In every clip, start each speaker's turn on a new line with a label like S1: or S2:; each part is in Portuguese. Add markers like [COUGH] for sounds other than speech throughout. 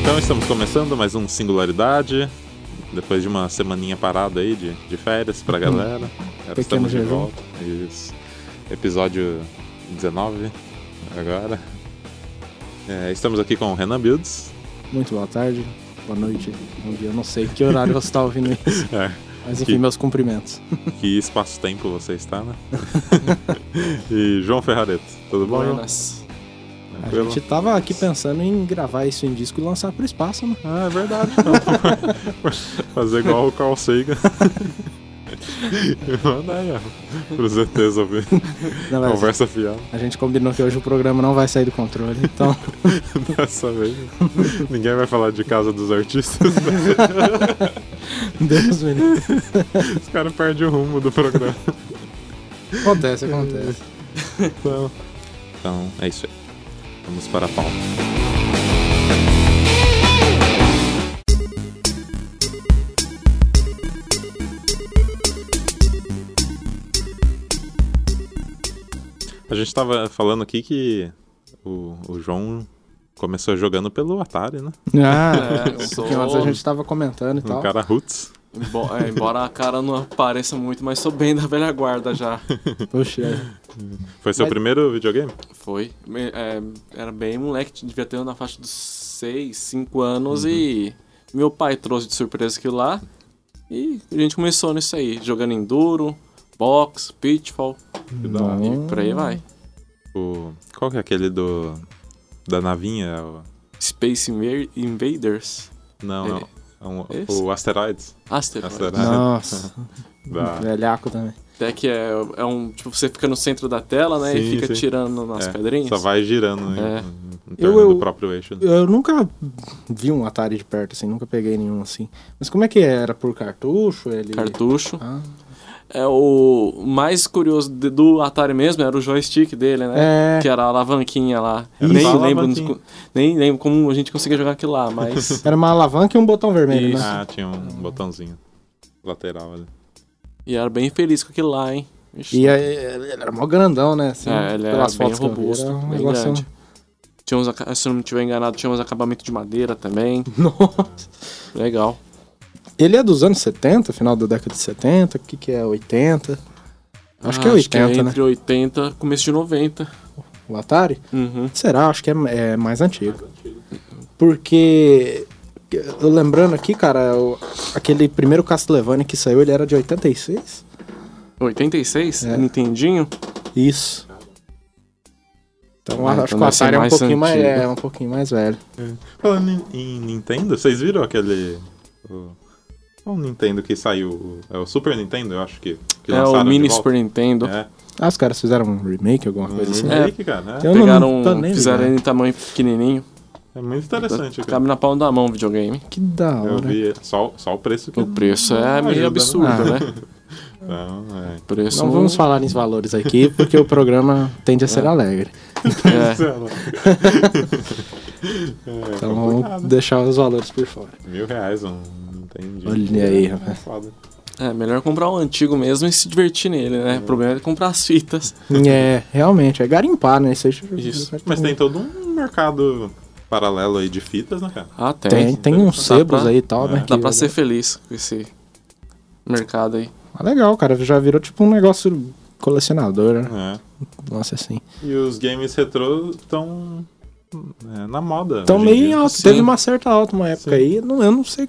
S1: Então, estamos começando mais um Singularidade. Depois de uma semaninha parada aí de, de férias
S2: Uhum.
S1: pra galera. Agora estamos de
S2: resumo.
S1: volta. Isso. Episódio 19 agora. É, estamos aqui com o Renan Builds.
S2: Muito boa tarde, boa noite, bom dia. Eu não sei que horário você tá ouvindo isso,
S1: É,
S2: mas
S1: Que-
S2: enfim, meus cumprimentos.
S1: que espaço-tempo você está,
S2: [LAUGHS]
S1: né? e João Ferrareto, tudo Tá bom? João?
S2: Buenas. A
S1: Tranquilo?
S2: gente tava aqui pensando em gravar isso em disco e lançar pro espaço, né?
S1: Ah, é verdade.
S2: tá-
S1: Fazer igual o Carl
S2: [LAUGHS]
S1: Sagan. E Manda aí, ó. Pro ZTs ouvir.
S2: Na verdade,
S1: Conversa fiada.
S2: a gente combinou que hoje o programa não vai sair do controle, então [LAUGHS]
S1: [LAUGHS] Dessa vez. Ninguém vai falar de casa dos artistas.
S2: Deus me livre.
S1: Os caras perdem o rumo do programa.
S2: Acontece, acontece.
S1: Então, então é isso aí. Vamos para a pauta. A gente tava falando aqui que o, o João começou jogando pelo Atari, né?
S2: Ah,
S3: É, eu
S2: um
S3: sou-
S2: pouquinho antes a gente tava comentando e
S1: Um
S2: tal.
S1: cara roots.
S3: Bo- é, embora a cara não apareça muito, mas sou bem da velha
S1: [LAUGHS]
S3: guarda já.
S2: Poxa, é.
S1: Foi seu
S2: Mas-
S1: primeiro videogame?
S3: Foi. Me- é, era bem moleque, devia ter na faixa dos 6, 5 anos e
S1: Uhum.
S3: meu pai trouxe de surpresa aquilo lá. E a gente começou nisso aí, jogando enduro, box, pitfall
S1: Que da hora.
S3: e por aí vai.
S1: O, qual que é aquele do. Da navinha? É O-
S3: Space Inva- Invaders.
S1: Não,
S3: Ele-
S1: não. É um-
S3: esse?
S1: o Asteroids.
S3: Asteroids.
S1: Asteroids.
S2: nossa,
S1: Da...
S3: É,
S2: velhaco também.
S3: Até que é, é um. Tipo, você fica no centro da tela, né?
S1: Sim,
S3: e fica
S1: sim.
S3: tirando nas
S1: É,
S3: pedrinhas.
S1: Só vai girando
S3: É.
S1: em, em
S2: Eu-
S1: torno
S2: eu-
S1: do próprio eixo. né?
S2: Eu nunca vi um Atari de perto, assim, nunca peguei nenhum assim. Mas como é que era? Por cartucho? Ele...
S3: Cartucho.
S2: Ah.
S3: É o mais curioso de- do Atari mesmo era o joystick dele, né?
S2: É,
S3: Que era a alavanquinha lá.
S1: Era
S3: nem
S1: só a
S3: lembro,
S1: alavanquinha.
S3: nem lembro como a gente conseguia jogar aquilo
S2: [LAUGHS]
S3: lá, mas
S2: era uma alavanca e um botão vermelho,
S3: Isso.
S2: né?
S1: Ah, tinha um botãozinho lateral ali.
S3: e era bem feliz com aquilo lá, hein? Ixi.
S2: E aí, ele era mó grandão, né? Assim,
S3: É, ele era
S2: pelas
S3: bem
S2: fotos que eu vi,
S3: robusto,
S2: era um
S3: bem
S2: negócio-
S3: grande. Tinha uns aca- se eu não me tiver enganado, tinha uns acabamentos de madeira também.
S2: [LAUGHS] Nossa.
S3: Legal.
S2: Ele é dos anos 70, final da década de 70, o que que é? 80? Acho que é
S3: Ah,
S2: 80, né?
S3: entre 80 e começo de 90.
S2: O Atari?
S3: Uhum.
S2: Será? Acho que é, é mais antigo. Porque, eu lembrando aqui, cara, é o- aquele primeiro Castlevania que saiu, ele era de 86?
S3: 86?
S2: É.
S3: Nintendinho?
S2: Isso. Então,
S3: Ah,
S2: acho que
S3: então
S2: o
S3: deve ser
S2: Atari é um,
S3: mais
S2: pouquinho mais,
S3: antigo.
S2: é um pouquinho mais velho.
S1: Falando em, em Nintendo, vocês viram aquele. O, qual Nintendo que saiu? O- É o Super Nintendo, eu acho que. que
S3: é
S1: lançaram
S3: o
S1: de
S3: Mini
S1: volta.
S3: Super Nintendo.
S1: É,
S2: Ah, os caras fizeram um remake, alguma
S1: um
S2: coisa assim?
S1: remake, cara. É,
S2: Eu não-
S3: Uhum. Pegaram, um-
S2: não tô nem
S3: fizeram
S2: ligado.
S3: ele em tamanho pequenininho.
S1: é muito interessante, cara.
S3: Cabe na palma da mão o videogame.
S2: Que da
S1: Eu
S2: hora.
S1: vi só, só o preço que.
S3: né? O
S2: Hum,
S3: preço é
S1: Não
S3: meio
S1: ajuda,
S2: não.
S3: absurdo,
S2: [LAUGHS]
S3: né?
S1: Então, é.
S3: O preço
S2: Não vamos falar em valores aqui, porque o programa tende a ser alegre.
S3: É,
S1: [LAUGHS] É
S2: Então
S1: complicado.
S2: vamos deixar os valores por fora.
S1: Mil reais, um Nintendo.
S2: Olha aí, rapaz.
S1: Foda.
S3: é melhor comprar um antigo mesmo e se divertir nele, né? O problema é comprar as fitas.
S2: É, realmente, é garimpar, né? Isso, aí-
S3: Isso.
S1: Mas tem todo um mercado paralelo aí de fitas, né, cara?
S3: Ah, tem.
S2: Tem, tem uns
S3: Dá
S2: sebos
S3: pra-
S2: aí e tal,
S1: é.
S2: né?
S3: Dá
S2: que-
S3: pra ser feliz com esse mercado aí.
S2: Ah, legal, cara. Já virou tipo um negócio colecionador,
S1: É.
S2: né? Nossa, assim.
S1: E os games retrô estão é, na moda.
S2: Então
S1: hoje em
S2: meio em
S1: dia. tá
S2: alto.
S3: Sim.
S2: Teve uma certa alta uma época
S1: Sim.
S2: aí. Não, eu não sei.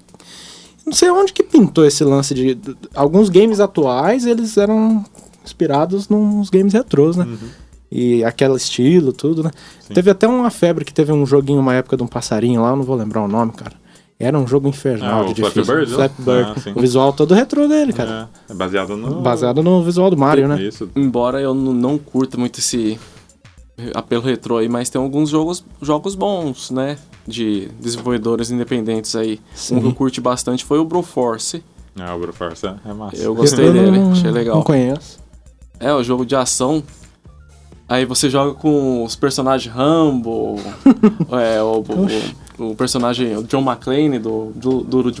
S2: Não sei onde que pintou esse lance de. d- d- Alguns games atuais, eles eram inspirados nos games retrôs, né?
S1: Uhum.
S2: E aquele estilo, tudo, né?
S1: Sim.
S2: Teve até uma febre que teve um joguinho, uma época de um passarinho lá, eu não vou lembrar o nome, cara. Era um jogo infernal
S1: Ah,
S2: de
S1: o Flappy
S2: difícil.
S1: Bird, né?
S2: Flappy Bird.
S1: Ah, sim.
S2: o visual todo retrô dele, né, cara.
S1: É, é baseado no.
S2: Baseado no visual do Mario, né?
S1: Isso.
S3: Embora eu n- não curta muito esse apelo retrô aí, mas tem alguns jogos, jogos bons, né? De desenvolvedores independentes aí. Um que eu
S2: Sim.
S3: curti bastante foi o Broforce.
S1: Ah, o Broforce é é massa. [LAUGHS]
S3: Eu gostei
S2: Eu não-
S3: dele, achei legal.
S2: Não conheço.
S3: É, o jogo de ação.
S2: [LAUGHS]
S3: Aí você joga com os personagens Rambo, é, o, o- o- o personagem, o John McClane do, do Duro de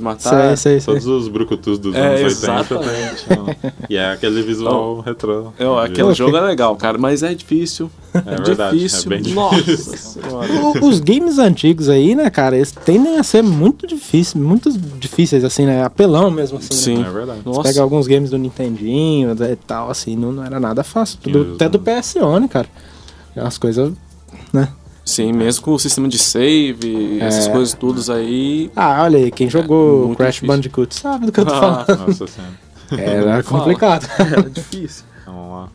S2: Sei,
S3: Matar.
S2: sei, sei.
S1: Todos os brucutus dos
S3: É,
S1: anos 80
S3: exatamente.
S1: tem. então. [LAUGHS] E é aquele visual retrô.
S3: É, ó, aquele jogo é legal, cara, mas é difícil.
S1: É verdade,
S3: difícil.
S1: é bem difícil.
S3: Nossa senhora.
S2: O- os games antigos aí, né, cara, eles tendem a ser muito difíceis, muito difíceis, assim, né? Apelão mesmo, assim. né?
S3: Sim.
S1: É verdade.
S3: Nossa.
S2: Pega um. alguns games do Nintendinho né, e tal, assim, não, não era nada fácil. Tudo-
S1: Eu-
S2: até do PSO, né, cara? As coisas, né?
S3: Sim, mesmo com o sistema de save,
S2: É.
S3: essas coisas todas aí.
S2: Ah, olha aí, quem jogou
S3: É, muito
S2: Crash
S3: difícil.
S2: Bandicoot sabe do que eu tô
S3: Ah, [LAUGHS] É,
S2: falando.
S1: Nossa senhora.
S2: Era
S3: fala.
S2: complicado. [LAUGHS]
S3: Era difícil.
S1: Vamos lá.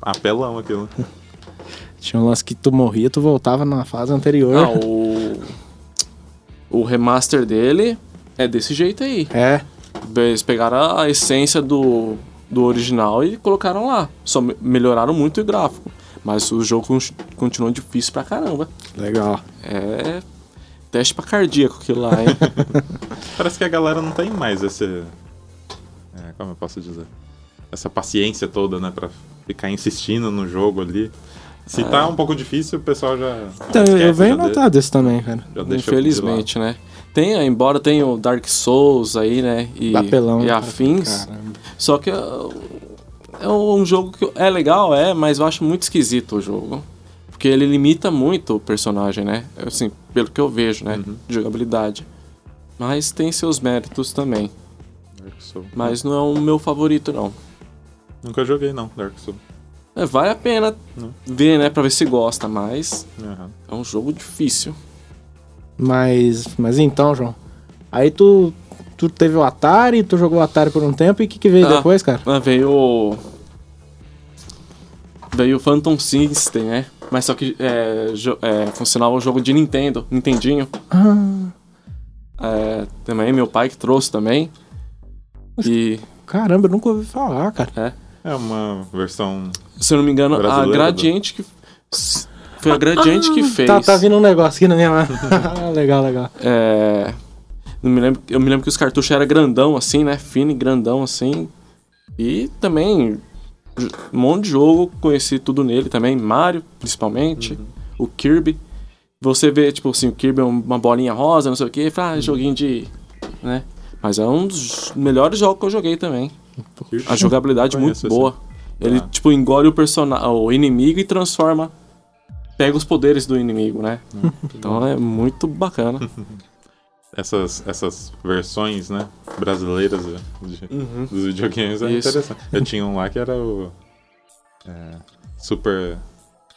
S1: Apelão aquilo.
S2: Tinha um lance que tu morria, tu voltava na fase anterior.
S3: Ah, o. O remaster dele é desse jeito aí.
S2: É,
S3: Eles pegaram a essência do, do original e colocaram lá. Só me- melhoraram muito o gráfico. Mas o jogo con- continuou difícil pra caramba.
S2: legal.
S3: É. Teste pra cardíaco aquilo lá, hein?
S1: Parece que a galera não tem mais esse. é, como eu posso dizer? Essa paciência toda, né? Pra ficar insistindo no jogo ali. Se tá um pouco difícil, o pessoal já.
S2: Então, eu-
S1: esquece,
S2: eu venho
S1: já de-
S2: notar disso também, cara.
S1: já deixa
S3: Infelizmente, né? Tem, embora tenha o Dark Souls aí, né? E,
S2: Apelão.
S3: e
S2: cara.
S3: afins.
S2: Caramba.
S3: Só que uh, é um jogo que é legal, é, mas eu acho muito esquisito o jogo. Porque ele limita muito o personagem, né? Assim, pelo que eu vejo, né? De jogabilidade. Mas tem seus méritos também.
S1: Dark Souls.
S3: Mas não é o meu favorito, não.
S1: Nunca joguei, não, Dark Souls.
S3: É, vale a pena
S1: Não.
S3: ver, né? Pra ver se gosta, mas
S1: Aham.
S3: é um jogo difícil.
S2: Mas, mas então, João, aí tu, tu teve o Atari, tu jogou o Atari por um tempo e o que, que veio
S3: Ah.
S2: depois, cara?
S3: Ah, veio. o- Veio o Phantom System, né? Mas só que é, jo- é, funcionava o jogo de Nintendo, Nintendinho.
S2: Ah,
S3: É, também, meu pai que trouxe também. E,
S2: caramba, eu nunca ouvi falar, cara.
S1: É uma versão.
S3: se eu não me engano, a
S1: Brasileiro,
S3: Gradiente que. s- Foi a Gradiente que fez.
S2: Tá, tá vindo um negócio aqui na minha mão. [LAUGHS] Ah, legal, legal.
S3: É, não me lembro, eu me lembro que os cartuchos eram grandão assim, né? Fino e grandão assim. E também. j- Um monte de jogo, conheci tudo nele também. Mario, principalmente. O Kirby. Você vê, tipo assim, o Kirby é uma bolinha rosa, não sei o quê. Fala, ah, joguinho de. né? Mas é um dos melhores jogos que eu joguei também. A jogabilidade
S1: Conheço
S3: muito boa. Ele,
S1: Ah.
S3: tipo, engole o, persona o inimigo e transforma. Pega os poderes do inimigo, né?
S1: Ah,
S3: então é muito
S1: [LAUGHS]
S3: bacana.
S1: Essas, essas versões, né? Brasileiras de-
S3: Uhum.
S1: dos videogames é
S3: Isso.
S1: interessante. Eu tinha um lá que era o. é, Super.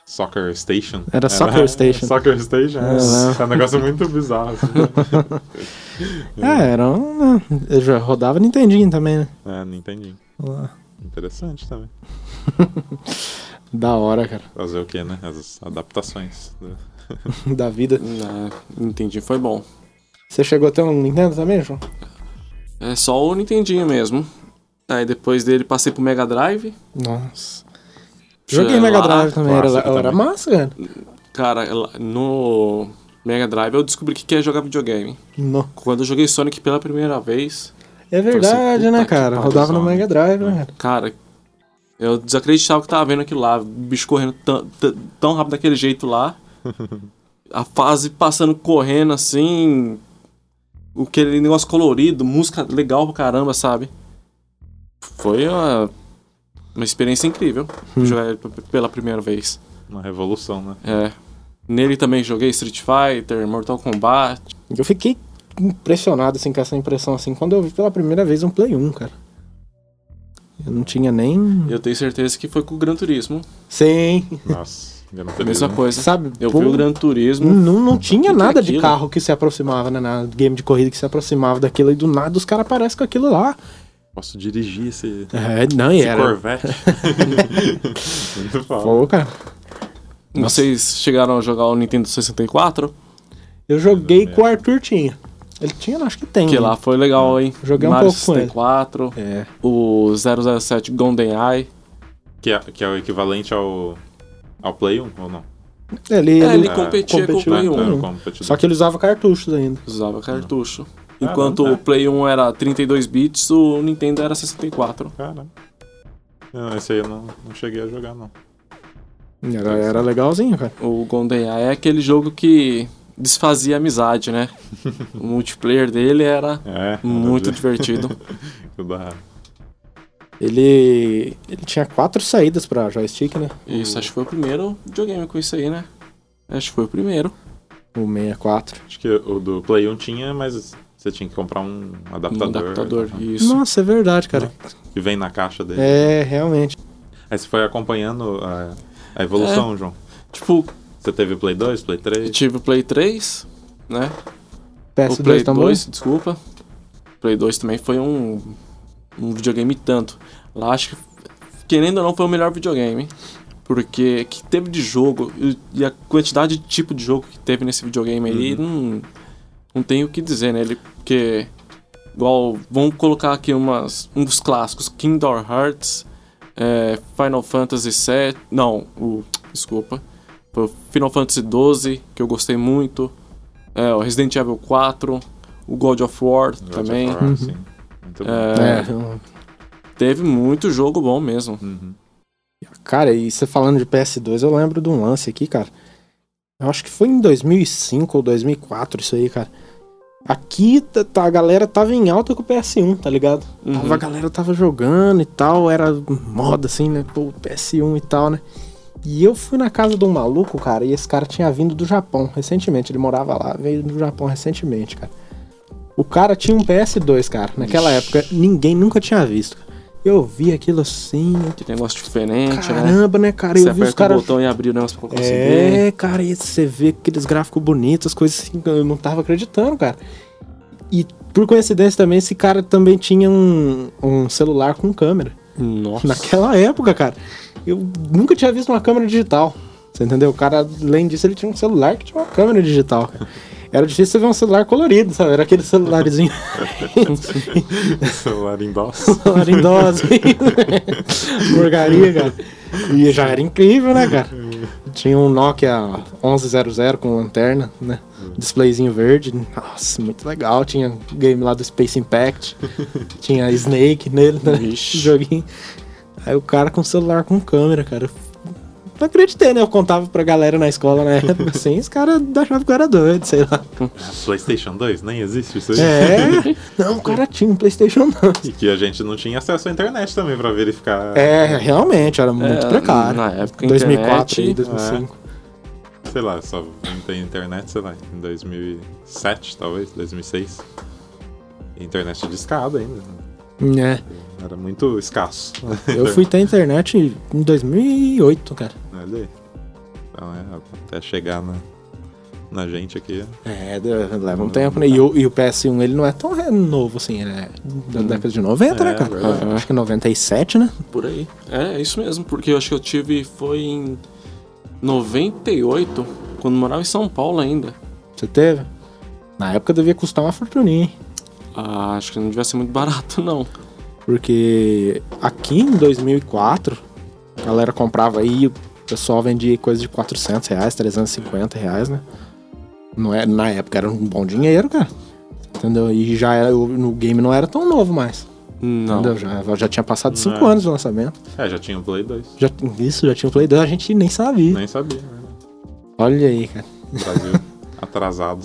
S1: Soccer Station.
S2: Era
S1: [LAUGHS]
S2: Soccer Station. Uhum.
S1: Soccer Station, é. É um negócio muito bizarro. assim,
S2: [LAUGHS]
S1: né?
S2: É, era um. né, Eu já rodava Nintendinho também, né?
S1: é, não entendi.
S2: Lá.
S1: Interessante também.
S2: Da hora, cara. [LAUGHS]
S1: Fazer o que, né? As adaptações.
S2: Da vida.
S3: É, entendi, foi bom.
S2: Você chegou a ter um Nintendo também, João?
S3: É só o Nintendinho mesmo. Aí depois dele passei pro Mega Drive.
S2: Nossa. Joguei
S3: Sei
S2: Mega
S3: lá,
S2: Drive também. Era,
S1: clássico
S2: era
S1: também.
S2: massa, cara.
S3: Cara, lá- no Mega Drive eu descobri que quer jogar videogame.
S2: Não.
S3: Quando eu joguei Sonic pela primeira vez,
S2: É verdade,
S3: puta
S2: né,
S3: que
S2: cara?
S3: pariu, É.
S2: Rodava no
S1: Sonic.
S2: Mega Drive, né, cara?
S3: cara, eu desacreditava que tava vendo aquilo lá, o bicho correndo tão, tã- tão rápido daquele jeito lá. A fase passando correndo assim. o Aquele negócio colorido, música legal pra caramba, sabe? Foi uma, uma experiência incrível jogar ele p- pela primeira vez.
S1: Uma revolução, né?
S3: É. Nele também joguei Street Fighter, Mortal Kombat.
S2: Eu fiquei impressionado, assim, com essa impressão, assim, quando eu vi pela primeira vez um Play 1, cara. Eu não tinha nem...
S3: Eu tenho certeza que foi com o Gran Turismo.
S2: Sim.
S1: Nossa, Gran
S3: A mesma
S1: Turismo.
S3: coisa.
S2: Sabe?
S3: Eu
S2: pô,
S3: vi o Gran Turismo.
S2: Não, não tinha
S3: que
S2: nada de
S3: aquilo?
S2: carro que se aproximava, né? Na game de corrida que se aproximava daquilo e do nada os caras aparecem com aquilo lá.
S1: Posso dirigir esse,
S2: É, não, e
S1: esse
S2: era. [LAUGHS]
S1: Corvette. [LAUGHS] muito foda.
S2: Pô, cara.
S3: Vocês chegaram a jogar o Nintendo 64?
S2: Eu joguei
S1: Tudo
S2: com o Arthur tinha. Ele tinha, não, acho que tem.
S3: Que
S2: né?
S3: lá foi legal, hein?
S2: Joguei um
S3: Mario
S2: pouco com ele.
S3: 64,
S2: É.
S3: o 007 GoldenEye.
S1: Que é, que é o equivalente ao, ao Play 1, ou não?
S2: Ele,
S3: É,
S2: ele-
S3: ele competia com o
S2: competiu,
S1: Né?
S3: Play
S1: Era
S3: 1.
S1: o competidor.
S2: Só que ele usava cartuchos ainda.
S3: Usava cartucho.
S1: Caramba,
S3: Enquanto
S1: é.
S3: o Play 1 era 32 bits, o Nintendo era 64.
S1: um Cara. né? Não, esse aí eu não, não cheguei a jogar, não.
S2: Era, era legalzinho, cara.
S3: O GoldenEye é aquele jogo que desfazia a amizade, né? O multiplayer dele era
S1: É,
S3: muito
S1: eu-
S2: [LAUGHS]
S3: divertido.
S1: eu barra.
S2: Ele, ele tinha quatro saídas pra joystick, né?
S3: Isso, acho que foi o primeiro videogame com isso aí, né? Acho que foi o primeiro.
S2: O 64.
S1: Acho que o do Play 1 tinha, mas você tinha que comprar um
S3: Um
S1: adaptador.
S3: adaptador,
S1: né,
S3: isso.
S2: Nossa, é verdade, cara.
S1: Que vem na caixa dele.
S2: É, realmente.
S1: Aí você foi acompanhando a, a evolução, João.
S3: Tipo,
S1: Você teve o Play 2, Play
S3: eu
S1: 3.
S3: tive o Play 3, né?
S2: PS2
S3: o Play
S2: também.
S3: 2, desculpa. O Play 2 também foi um, um videogame tanto. Lá acho que, querendo ou não, foi o melhor videogame. Porque que teve de jogo e- e a quantidade de tipo de jogo que teve nesse videogame aí, não, não tem o que dizer, né? Ele, porque, igual, vamos colocar aqui umas, uns clássicos: Kingdom Hearts, é, Final Fantasy VII. Não, o, desculpa. Foi o Final Fantasy XII, que eu gostei muito. É, o Resident Evil 4, o God of War
S1: God of
S3: também.
S1: War,
S2: Uhum.
S1: sim. assim, Muito bom.
S3: É,
S2: É, eu-
S3: Teve muito jogo bom mesmo.
S1: Uhum.
S2: Cara, e você falando de PS2, eu lembro de um lance aqui, cara. Eu acho que foi em 2005 ou 2004 isso aí, cara. Aqui tá- tá- a galera tava em alta com o PS1, tá ligado?
S3: Uhum.
S2: Tava, a galera tava jogando e tal, era moda assim, né? Pô, PS1 e tal, né? E eu fui na casa de um maluco, cara, e esse cara tinha vindo do Japão recentemente. Ele morava lá, veio do Japão recentemente, cara. O cara tinha um PS2, cara. Naquela época, ninguém nunca tinha visto. Eu vi aquilo assim, eu
S3: Que negócio diferente, né?
S2: Caramba, né, cara?
S3: Você
S2: eu vi os
S3: aperta o
S2: caras.
S3: botão e abre o negócio pra conseguir.
S2: É, cara, e você vê aqueles gráficos bonitos, as coisas assim, eu não tava acreditando, cara. E por coincidência também, esse cara também tinha um, um celular com câmera. [LAUGHS]
S3: Nossa.
S2: Naquela época, cara. Eu nunca tinha visto uma câmera digital. Você entendeu? O cara, além disso, ele tinha um celular que tinha uma câmera digital, cara. Era difícil você ver um celular colorido, sabe? Era aquele
S3: [LAUGHS]
S2: celularzinho
S1: [LAUGHS] Celular em DOS.
S2: celular em dose. Porcaria, cara. E já era incrível, né, cara? Tinha um Nokia 1100 com lanterna, né? Displayzinho verde. Nossa, muito legal. Tinha game lá do Space Impact. Tinha Snake nele, né?
S3: Vixe.
S2: Joguinho. Aí o cara com celular com câmera, cara. Eu Não acreditei, né? Eu contava pra galera na escola na época assim, os caras achavam que eu era doido, sei lá.
S1: É, PlayStation 2? Nem existe isso aí.
S2: É. Não, o cara tinha um PlayStation 2.
S1: [LAUGHS] E que a gente não tinha acesso à internet também pra verificar.
S2: É, realmente, era muito
S3: É,
S2: precário.
S3: na época, a
S2: 2004
S1: é.
S3: internet-
S2: e 2005.
S1: Sei lá, só não tem internet, sei lá, em 2007, talvez, 2006. E Internet de escada ainda.
S2: É.
S1: Era muito escasso. [LAUGHS]
S2: Eu fui ter internet em 2008, cara.
S1: Olha aí. Então é, até chegar na, na gente aqui.
S2: É, de- leva
S1: Uhum.
S2: um tempo, né? E o, e o PS1, ele não é tão re- novo assim, ele é da década de 90, né,
S1: Uhum. É,
S2: cara?
S1: verdade.
S2: Acho que 97, né?
S3: Por aí. É, é isso mesmo, porque eu acho que eu tive foi em 98, quando morava em São Paulo ainda.
S2: Você teve? Na época devia custar uma fortuninha, hein?
S3: Ah, acho que não devia ser muito barato, [LAUGHS] não.
S2: Porque aqui em 2004, a galera comprava aí, o pessoal vendia coisa de 400 reais, 350 reais, né? Não é, na época era um bom dinheiro, cara. Entendeu? E já era, o no game não era tão novo mais.
S3: Não.
S2: Entendeu? Já, já tinha passado 5
S1: Não.
S2: anos do lançamento.
S1: É, já tinha o Play 2.
S2: Já, isso, já tinha o Play 2, a gente nem sabia.
S1: Nem sabia, né?
S2: Olha aí, cara. [LAUGHS]
S1: Brasil atrasado.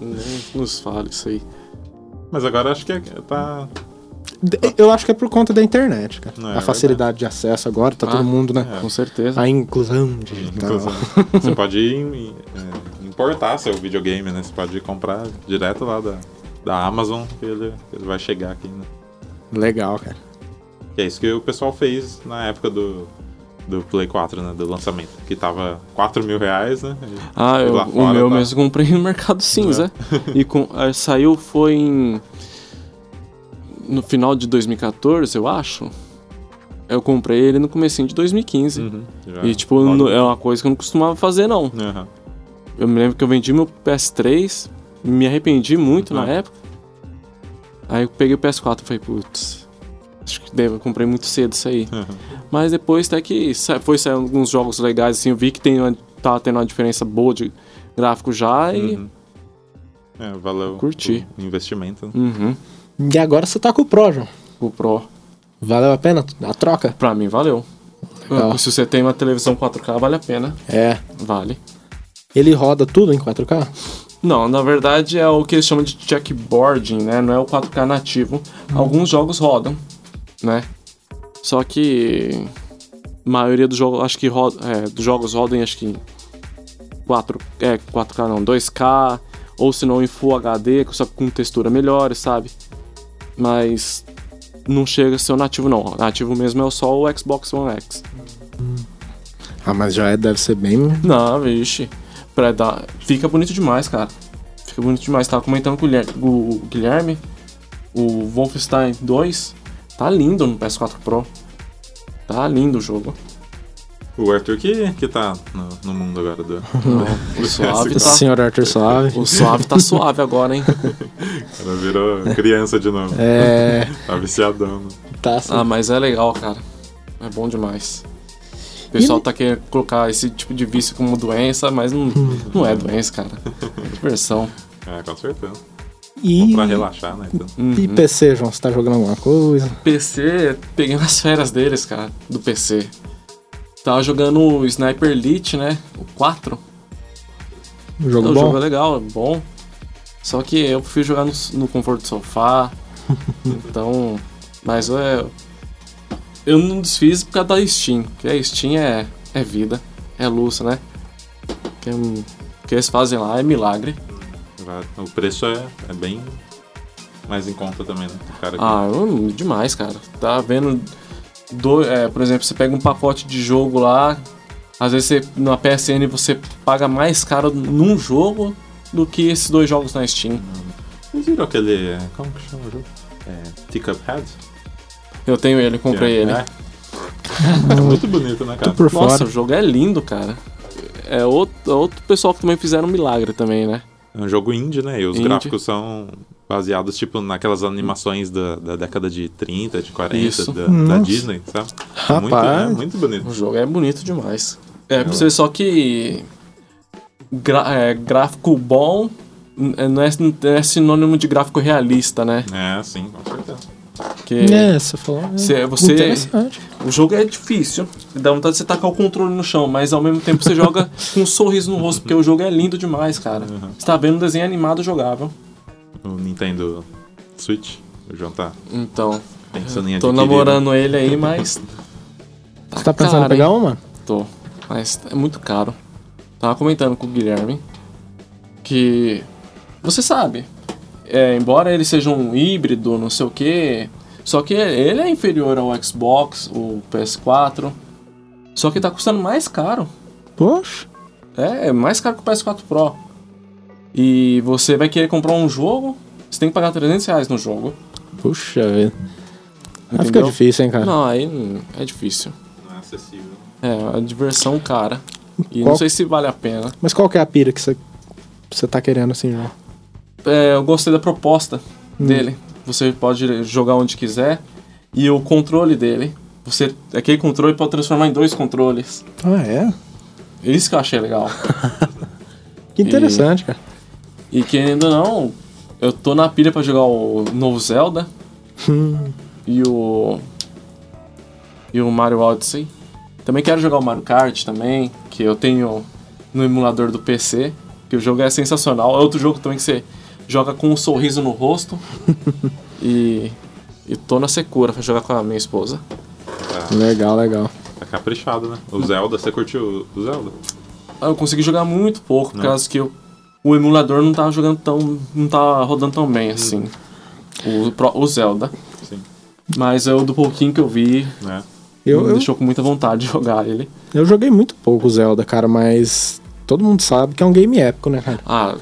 S3: Nem nos fale isso aí.
S1: Mas agora acho que é- tá.
S2: D- Eu acho que é por conta da internet, cara.
S1: Não, é
S2: a facilidade de acesso agora, tá
S3: Ah,
S2: todo mundo, né?
S1: É.
S3: Com certeza.
S2: A inclusão digital.
S1: Inclusive, né? Você pode im- im- é, importar seu videogame, né? Você pode comprar direto lá da, da Amazon, que ele, que ele vai chegar aqui, né?
S2: Legal, cara.
S1: Que é isso que o pessoal fez na época do, do Play 4, né? Do lançamento. Que tava 4 mil reais, né? E-
S3: Ah,
S1: e
S3: eu,
S1: lá
S3: o
S1: fora
S3: meu
S1: tá- É.
S3: mesmo comprei no Mercado Cinza. E com, aí saiu foi em. No final de 2014, eu acho. Eu comprei ele no comecinho de 2015.
S1: Uhum, já-
S3: E, tipo,
S1: logo-
S3: não- é uma coisa que eu não costumava fazer, não.
S1: Aham.
S3: Eu me lembro que eu vendi meu PS3, me arrependi muito
S1: Uhum.
S3: na época. Aí eu peguei o PS4 e falei, putz, acho que devo, eu comprei muito cedo isso aí. Mas depois até que sa- foi saindo alguns jogos legais, assim, eu vi que tem uma, tava tendo uma diferença boa de gráfico já e.
S1: Uhum. É, valeu
S3: Curti.
S1: o investimento. né?
S3: Uhum.
S2: E agora você tá com o Pro, João.
S3: O Pro,
S2: Valeu a pena a troca?
S3: pra mim, valeu.
S2: Legal.
S3: Se você tem uma televisão 4K, vale a pena.
S2: É.
S3: Vale.
S2: Ele roda tudo em 4K?
S3: Não, na verdade é o que eles chamam de checkboarding, né? Não é o 4K nativo. Alguns jogos rodam, né? Só que a maioria dos jogos, acho que roda, é, dos jogos rodam acho que em 4, é, 4K não, 2K, ou se não em Full HD, só com textura melhor, sabe? Mas não chega a ser o nativo não. O nativo mesmo é só o Xbox One X.
S2: Ah, mas já é, deve ser bem.
S3: Não, vixe. Pra dar... Fica bonito demais, cara. Fica bonito demais. Tava comentando com o Guilher- o Guilherme. O Wolfenstein 2 tá lindo no PS4 Pro. Tá lindo o jogo.
S1: O Arthur que, que tá no, no mundo agora do.
S3: O suave
S2: [LAUGHS] O
S3: tá.
S2: senhor Arthur Suave.
S3: O suave tá suave agora, hein?
S1: Ela virou criança de
S3: [LAUGHS]
S1: novo.
S2: É.
S1: Tá viciadão. né?
S2: Tá assim.
S3: Ah, mas é legal, cara. É bom demais. O pessoal tá querendo colocar esse tipo de vício como doença, mas não, não é doença, cara. É diversão.
S1: É, com certeza.
S2: e,
S1: Pra relaxar, né? Então.
S2: e
S3: Uhum.
S2: PC, João? Você tá jogando alguma coisa?
S3: PC, peguei nas férias deles, cara, do PC. Tava jogando o Sniper Elite, né? O 4.
S2: Um
S3: Então,
S2: jogo
S3: o
S2: bom?
S3: jogo é legal, é bom. Só que eu prefiro jogar no, no conforto do sofá. então. Mas é. Eu não desfiz por causa da Steam. Porque a Steam é, é vida, é luxo, né? Que é um- O que eles fazem lá é milagre.
S1: Já- O preço é, é bem mais em conta também, né? O cara que-
S3: Ah, eu- demais, cara. Tá vendo. Do, é, por exemplo, você pega um pacote de jogo lá. Às vezes você, na PSN você paga mais caro num jogo do que esses dois jogos na Steam.
S1: Vocês viram aquele. é, Como que chama o jogo? É, Tick Up Head?
S3: Eu tenho ele, comprei ele.
S1: É. É [LAUGHS] muito bonito, né, cara?
S2: Por
S3: Nossa,
S2: fora.
S3: o jogo é lindo, cara. É outro, outro pessoal que também fizeram um milagre também, né?
S1: É um jogo indie, né? E os
S3: Indie.
S1: gráficos são baseados, tipo, naquelas animações da, da década de 30, de 40,
S3: Isso.
S1: da, da
S2: Nossa.
S1: Disney, sabe? Muito,
S2: Rapaz.
S1: é muito bonito.
S3: O jogo é bonito demais. É, pra você ver só que. gra- é, gráfico bom n- é, não é, não é sinônimo de gráfico realista, né?
S1: É, sim, com certeza.
S3: Porque
S2: É, você falou. é
S3: Cê- você-
S2: Interessante.
S3: o jogo é difícil. Dá vontade de você tacar o controle no chão, mas ao mesmo tempo você joga com um sorriso no rosto, porque o jogo é lindo demais, cara. Você tá vendo um desenho animado jogável.
S1: O Nintendo Switch, o João tá
S3: Então,
S1: pensando em
S3: tô
S1: adquirir. né?
S3: namorando ele aí, mas
S2: Você tá pensando
S3: Cara,
S2: em pegar uma?
S3: Tô. Mas é muito caro. Tava comentando com o Guilherme que. Você sabe. é, embora ele seja um híbrido, não sei o quê. Só que ele é inferior ao Xbox, o PS4. Só que tá custando mais caro.
S2: Poxa.
S3: É, é mais caro que o PS4 Pro. E você vai querer comprar um jogo, você tem que pagar 300 reais no jogo.
S2: Puxa vida. Aí fica
S3: Entendeu?
S2: difícil, hein, cara?
S3: Não, aí hum, é difícil.
S1: Não é acessível.
S3: É, a diversão cara. E
S2: Qual-
S3: não sei se vale a pena.
S2: Mas qual que é a pira que você, você tá querendo assim, João?
S3: É, eu gostei da proposta dele. Você pode jogar onde quiser. E o controle dele. Você, aquele controle pode transformar em dois controles.
S2: Ah, é?
S3: Isso que eu achei legal.
S2: Que interessante, cara.
S3: e querendo ou não, eu tô na pilha pra jogar o novo Zelda
S2: Hum,
S3: e o. E o Mario Odyssey. Também quero jogar o Mario Kart também, que eu tenho no emulador do PC. Que o jogo é sensacional. É outro jogo também que você joga com um sorriso no rosto. e. E tô na secura pra jogar com a minha esposa.
S2: legal, legal.
S1: Tá caprichado, né? O Zelda, você curtiu o Zelda?
S3: Ah, Eu consegui jogar muito pouco, por
S1: Né?
S3: causa que eu- o emulador não tava jogando tão. não tava rodando tão bem assim. O, Pro- o Zelda.
S1: Sim.
S3: Mas eu, do pouquinho que eu vi,
S1: Né?
S2: Eu,
S3: me
S2: eu,
S3: deixou com muita vontade de [LAUGHS] jogar ele.
S2: eu joguei muito pouco Zelda, cara, mas todo mundo sabe que é um game épico, né, cara?
S3: Ah,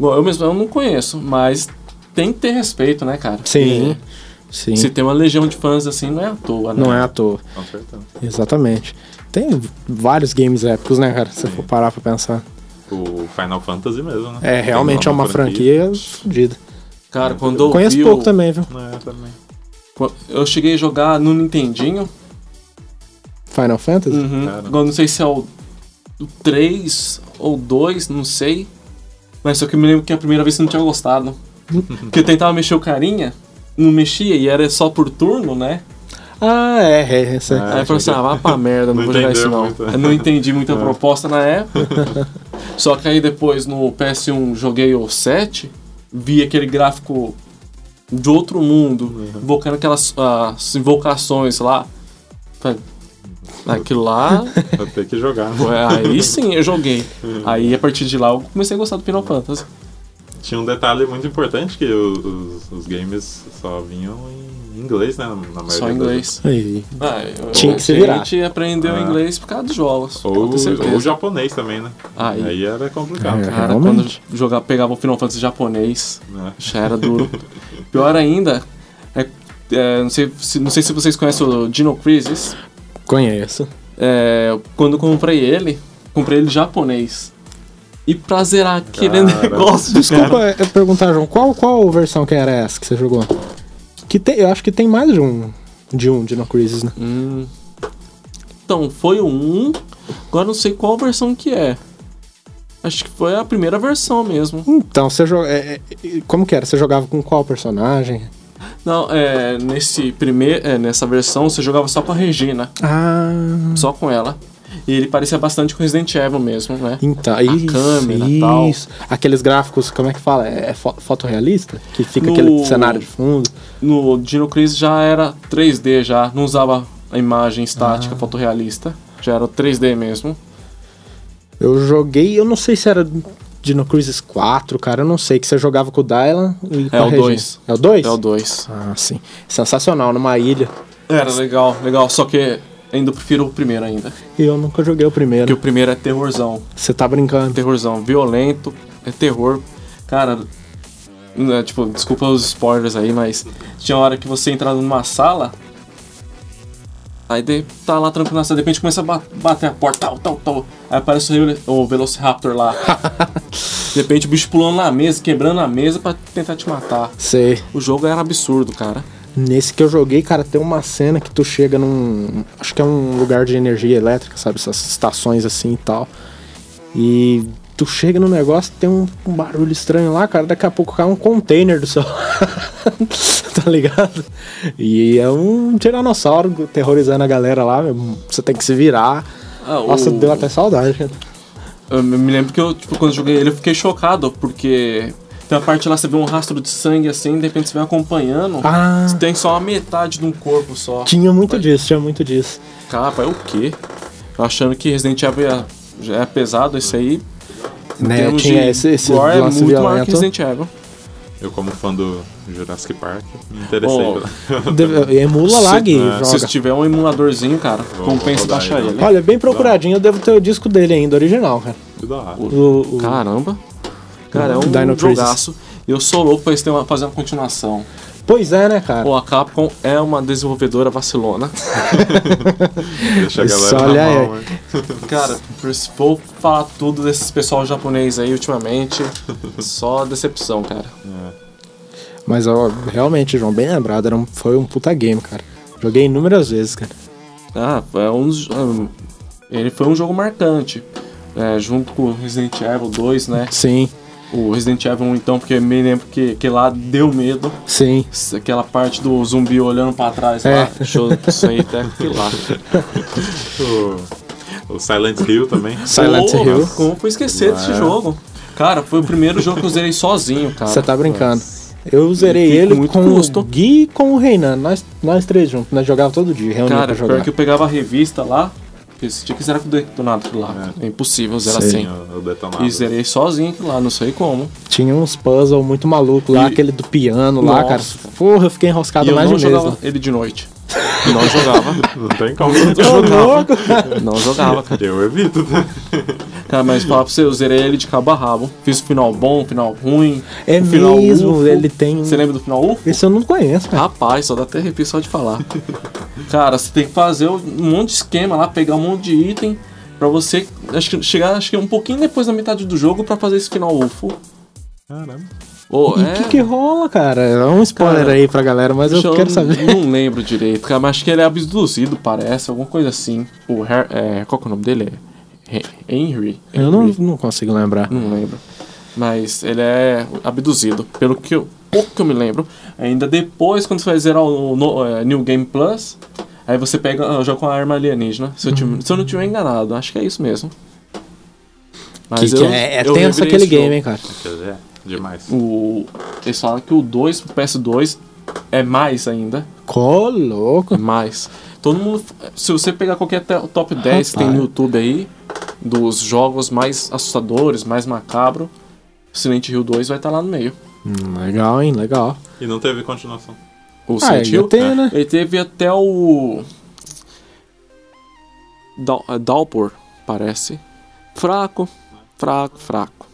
S3: bom, eu mesmo eu não conheço, mas tem que ter respeito, né, cara?
S2: Sim.
S3: Porque
S2: Sim.
S3: Se tem uma legião de fãs assim, não é à toa, né?
S2: Não é à toa.
S1: Com certeza.
S2: Exatamente. Tem vários games épicos, né, cara? Se eu for parar pra pensar.
S1: O Final Fantasy mesmo, né?
S2: É, realmente é uma franquia fodida.
S3: Cara, quando eu
S2: Conheço
S3: vi
S2: pouco
S3: o-
S2: também, viu?
S1: É, também.
S3: quan- Eu cheguei a jogar no Nintendinho.
S2: Final Fantasy?
S3: Uhum.
S1: Cara.
S3: Agora não sei se é o 3 ou 2, não sei. Mas só que eu me lembro que a primeira vez eu não tinha gostado. Porque eu tentava mexer o carinha, não mexia e era só por turno, né?
S2: Ah, é, é, é, essa-
S1: Ah,
S3: Aí eu falei assim, ah, vá pra merda, não,
S1: Não
S3: vou jogar isso
S1: entendeu
S3: não.
S1: muito.
S3: Eu não entendi muito a proposta na época. Só que aí depois no PS1 joguei o 7, vi aquele gráfico de outro mundo, invocando aquelas ah, invocações lá. Falei, Aquilo lá,
S1: Vai ter que jogar. né?
S3: ué, é, aí sim eu joguei. Aí a partir de lá eu comecei a gostar do Final Fantasy.
S1: Tinha um detalhe muito importante que o- os, os games só vinham em inglês, né? Na maioria
S3: Só em
S1: das
S3: inglês.
S2: Aí.
S3: Ah, eu-
S2: Tinha que se
S3: A
S2: virar.
S3: gente aprendeu
S1: Ah.
S3: inglês por causa dos jogos.
S1: Ou,
S3: pode ter certeza.
S1: ou japonês também, né?
S3: Aí.
S1: Aí era complicado.
S2: É.
S3: Cara,
S2: Realmente.
S3: quando jogava, pegava o Final Fantasy japonês,
S1: né?
S3: já era duro. Pior ainda, é- é, não, sei, se- não sei se vocês conhecem o Dino Crisis.
S2: Conheço.
S3: É, quando eu comprei ele, comprei ele japonês. E pra zerar aquele
S1: Cara.
S3: [LAUGHS]
S1: é
S3: negócio,
S2: Desculpa eu perguntar, João, qual, qual versão que era essa que você jogou? Que tem, eu acho que tem mais de um. De um Dino Crisis, né?
S3: Hum. Então, foi o 1. Agora não sei qual versão que é. Acho que foi a primeira versão mesmo.
S2: Então, você joga. é, é, e como que era? Você jogava com qual personagem?
S3: Não, é, nesse primeiro, é, nessa versão você jogava só com a Regina,
S2: Ah.
S3: só com ela. E ele parecia bastante com Resident Evil mesmo, né?
S2: Então, isso,
S3: câmera e tal.
S2: isso. Aqueles gráficos, como é que fala? É fo fotorrealista? Que fica
S3: No-
S2: aquele cenário de fundo.
S3: No Dino Crisis já era 3D já, não usava a imagem estática fotorrealista, já era 3D mesmo.
S2: Eu joguei, eu não sei se era Dino Crisis 4, cara, eu não sei, que você jogava com o Dylan e com
S3: o
S2: a Regina.
S3: dois.
S2: É o 2?
S3: É o 2.
S2: Ah, sim. Sensacional, numa ilha.
S3: Era legal, legal, só que ainda prefiro o primeiro ainda.
S2: E eu nunca joguei o primeiro.
S3: Porque o primeiro é terrorzão.
S2: Você tá brincando.
S3: terrorzão, violento, é terror. Cara, né, tipo, desculpa os spoilers aí, mas tinha hora que você entrava numa sala, aí de, tá lá tranquilo na sala, de repente começa a ba- bater a porta, tal, tal, tal. Aí aparece o, Velo- o Velociraptor lá. [LAUGHS] de repente o bicho pulando na mesa, quebrando a mesa pra tentar te matar.
S2: Sei.
S3: O jogo era absurdo, cara.
S2: Nesse que eu joguei, cara, tem uma cena que tu chega num. Acho que é um lugar de energia elétrica, sabe? Essas estações assim e tal. E tu chega no negócio, tem um, um barulho estranho lá, cara. Daqui a pouco cai um container do seu. [LAUGHS] tá ligado? E é um tiranossauro terrorizando a galera lá. meu. Você tem que se virar.
S3: Ah, o-
S2: Nossa, deu até saudade, cara.
S3: Eu me me lembro que eu, tipo, quando eu joguei ele, eu fiquei chocado, porque tem uma parte lá, você vê um rastro de sangue assim, de repente você vem acompanhando.
S2: Ah.
S3: Você tem só a metade de um corpo só.
S2: Tinha muito disso, tinha muito disso.
S3: Capa, é o quê? Eu achando que Resident Evil ia- já é pesado esse aí. em
S2: Né,
S3: termos
S2: tinha
S3: de
S2: esse- esse
S3: gore, é muito
S2: lance
S3: maior
S2: violento.
S3: que Resident Evil.
S1: Eu, como fã do Jurassic Park, me interessei.
S3: Oh.
S1: [LAUGHS] pela-
S2: Deve- Emula lá,
S3: Se-
S1: é,
S2: Gui,
S3: Se
S2: joga.
S3: você tiver um emuladorzinho, cara,
S1: Vou-
S3: compensa
S1: vou rodar
S3: baixar
S1: aí,
S3: ele.
S1: né?
S2: Olha, bem procuradinho, eu devo ter o disco dele ainda, original, cara.
S1: Que
S3: [LAUGHS]
S1: da hora.
S2: O- o-
S3: Caramba. Cara, é um
S2: Dino Crisis.
S3: jogaço. E eu sou louco pra eles terem uma- fazer uma continuação.
S2: Pois é, né, cara?
S3: Pô, a Capcom é uma desenvolvedora vacilona.
S1: Deixa a galera
S2: Olha
S1: na
S2: aí.
S1: mão, né?
S3: Cara, por- se for falar tudo desses pessoal japonês aí
S1: [LAUGHS]
S3: ultimamente, só decepção, cara.
S2: Mas ó, realmente, João, bem lembrado, era um- foi um puta game, cara. Joguei inúmeras vezes, cara.
S3: Ah, é um, dos- um- ele foi um jogo marcante. É, junto com o Resident Evil 2, né?
S2: Sim,
S3: O Resident Evil 1, então, porque me lembro que, que lá deu medo.
S2: sim.
S3: Aquela parte do zumbi olhando pra trás
S2: É.
S3: lá. [LAUGHS] Show, isso aí até que lá.
S1: O, o Silent Hill
S3: [LAUGHS]
S1: também.
S2: Silent
S3: Pô,
S2: Hill.
S3: Como foi esquecer desse jogo? Cara, foi o primeiro jogo que eu zerei sozinho, cara.
S2: Você tá brincando. Eu zerei
S3: Fico
S2: ele
S3: muito
S2: com
S3: custo.
S2: o Gui e com o Reinan. Nós, nós três juntos, nós jogávamos todo dia, reunia
S3: Cara,
S2: pra
S3: pior
S2: jogar.
S3: que eu pegava a revista lá, porque se tinha que zerar com o detonado aquilo lá. É, impossível zerar
S2: Sei.
S1: Tem
S3: assim.
S1: o, o detonado.
S3: E zerei sozinho aquilo lá, não sei como.
S2: Tinha uns puzzles muito malucos lá, aquele do piano lá, cara.
S3: Nossa.
S2: Porra, eu fiquei enroscado
S3: E eu
S2: mais de
S3: não
S2: um mês.
S3: jogava
S2: lá.
S3: ele
S2: [LAUGHS]
S3: de noite. Não jogava.
S1: Não tem como. [LAUGHS]
S2: Ô, louco!
S3: Não jogava, cara.
S1: Eu evito, né?
S3: Cara, mas falar pra você, eu zerei ele de cabo a rabo. Fiz o final bom, o final ruim.
S2: É
S3: o final
S2: mesmo,
S3: UFO.
S2: ele tem um-
S3: Você lembra do final UFO?
S2: Esse eu não conheço, cara.
S3: Rapaz, só dá até arrepio só de falar. Cara, você tem que fazer um monte de esquema lá, pegar um monte de item pra você acho que, chegar acho que um pouquinho depois da metade do jogo pra fazer esse final UFO.
S1: Caramba.
S3: Ô,
S2: E o
S3: é,
S2: que, que rola, cara? É um spoiler
S3: Cara,
S2: aí pra galera, mas eu
S3: Deixa
S2: quero saber.
S3: Não lembro direito, cara, mas acho que ele é abduzido, parece, alguma coisa assim. O Her, é, qual que é o nome dele? É He- Henry?
S2: Eu não, não consigo lembrar.
S3: Não lembro. Mas ele é abduzido, pelo que eu, pouco que eu me lembro. Ainda depois, quando você vai zerar o, no- é, New Game Plus, aí você
S2: Uhum.
S3: pega, ah, joga com a arma alienígena. Se eu, tive- se eu não tiver enganado, acho que é isso mesmo.
S2: Que,
S3: Mas
S2: que
S3: eu,
S2: é é
S3: eu
S2: tenso
S3: revirei
S2: aquele
S3: esse jogo.
S2: game, hein, cara.
S1: Quer dizer, é, demais.
S3: O, eles falam que o 2 pro PS2 é mais ainda.
S2: Cô louco.
S3: É mais. Todo mundo. Se você pegar qualquer te- top 10 que tem no
S2: Rapaz.
S3: YouTube aí, dos jogos mais assustadores, mais macabro, Silent Hill 2 vai estar lá no meio.
S2: Hum, legal, hein? Legal.
S1: E não teve continuação.
S3: O
S2: Ah,
S3: Silent
S2: eu
S3: Hill.
S2: tenho, né?
S3: Ele teve até o. Dal- é, Dalpor, parece. Fraco, fraco, fraco.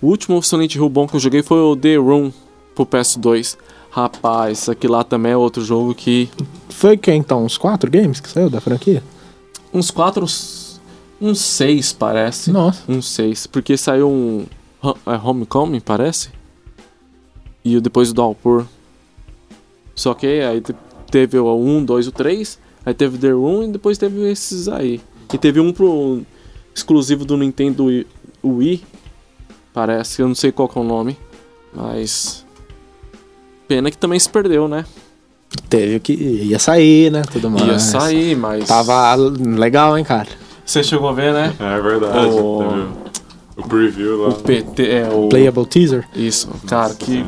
S3: O último Silent Hill bom que eu joguei foi o The Room pro PS2. Rapaz, isso aqui lá também é outro jogo que.
S2: Foi que então? Uns quatro games que saiu da franquia?
S3: Uns quatro. Uns seis, parece.
S2: Nossa.
S3: Uns Um seis. Porque saiu um. Ho- é, Homecoming, parece? E o- depois o Dalpor. Só que aí te- teve o 1, 2, o 3. Aí teve The Room e depois teve esses aí. E teve um pro. exclusivo do Nintendo Wii- Wii. Parece, eu não sei qual que é o nome. Mas. Pena que também se perdeu, né?
S2: Teve que. Ia sair, né? Tudo mais.
S3: Ia sair, mas.
S2: Tava legal, hein, cara.
S3: Você chegou a ver, né?
S1: É verdade.
S3: O-
S1: Teve o preview lá.
S3: O PT. É, o...
S2: Playable teaser.
S3: Isso, cara, que.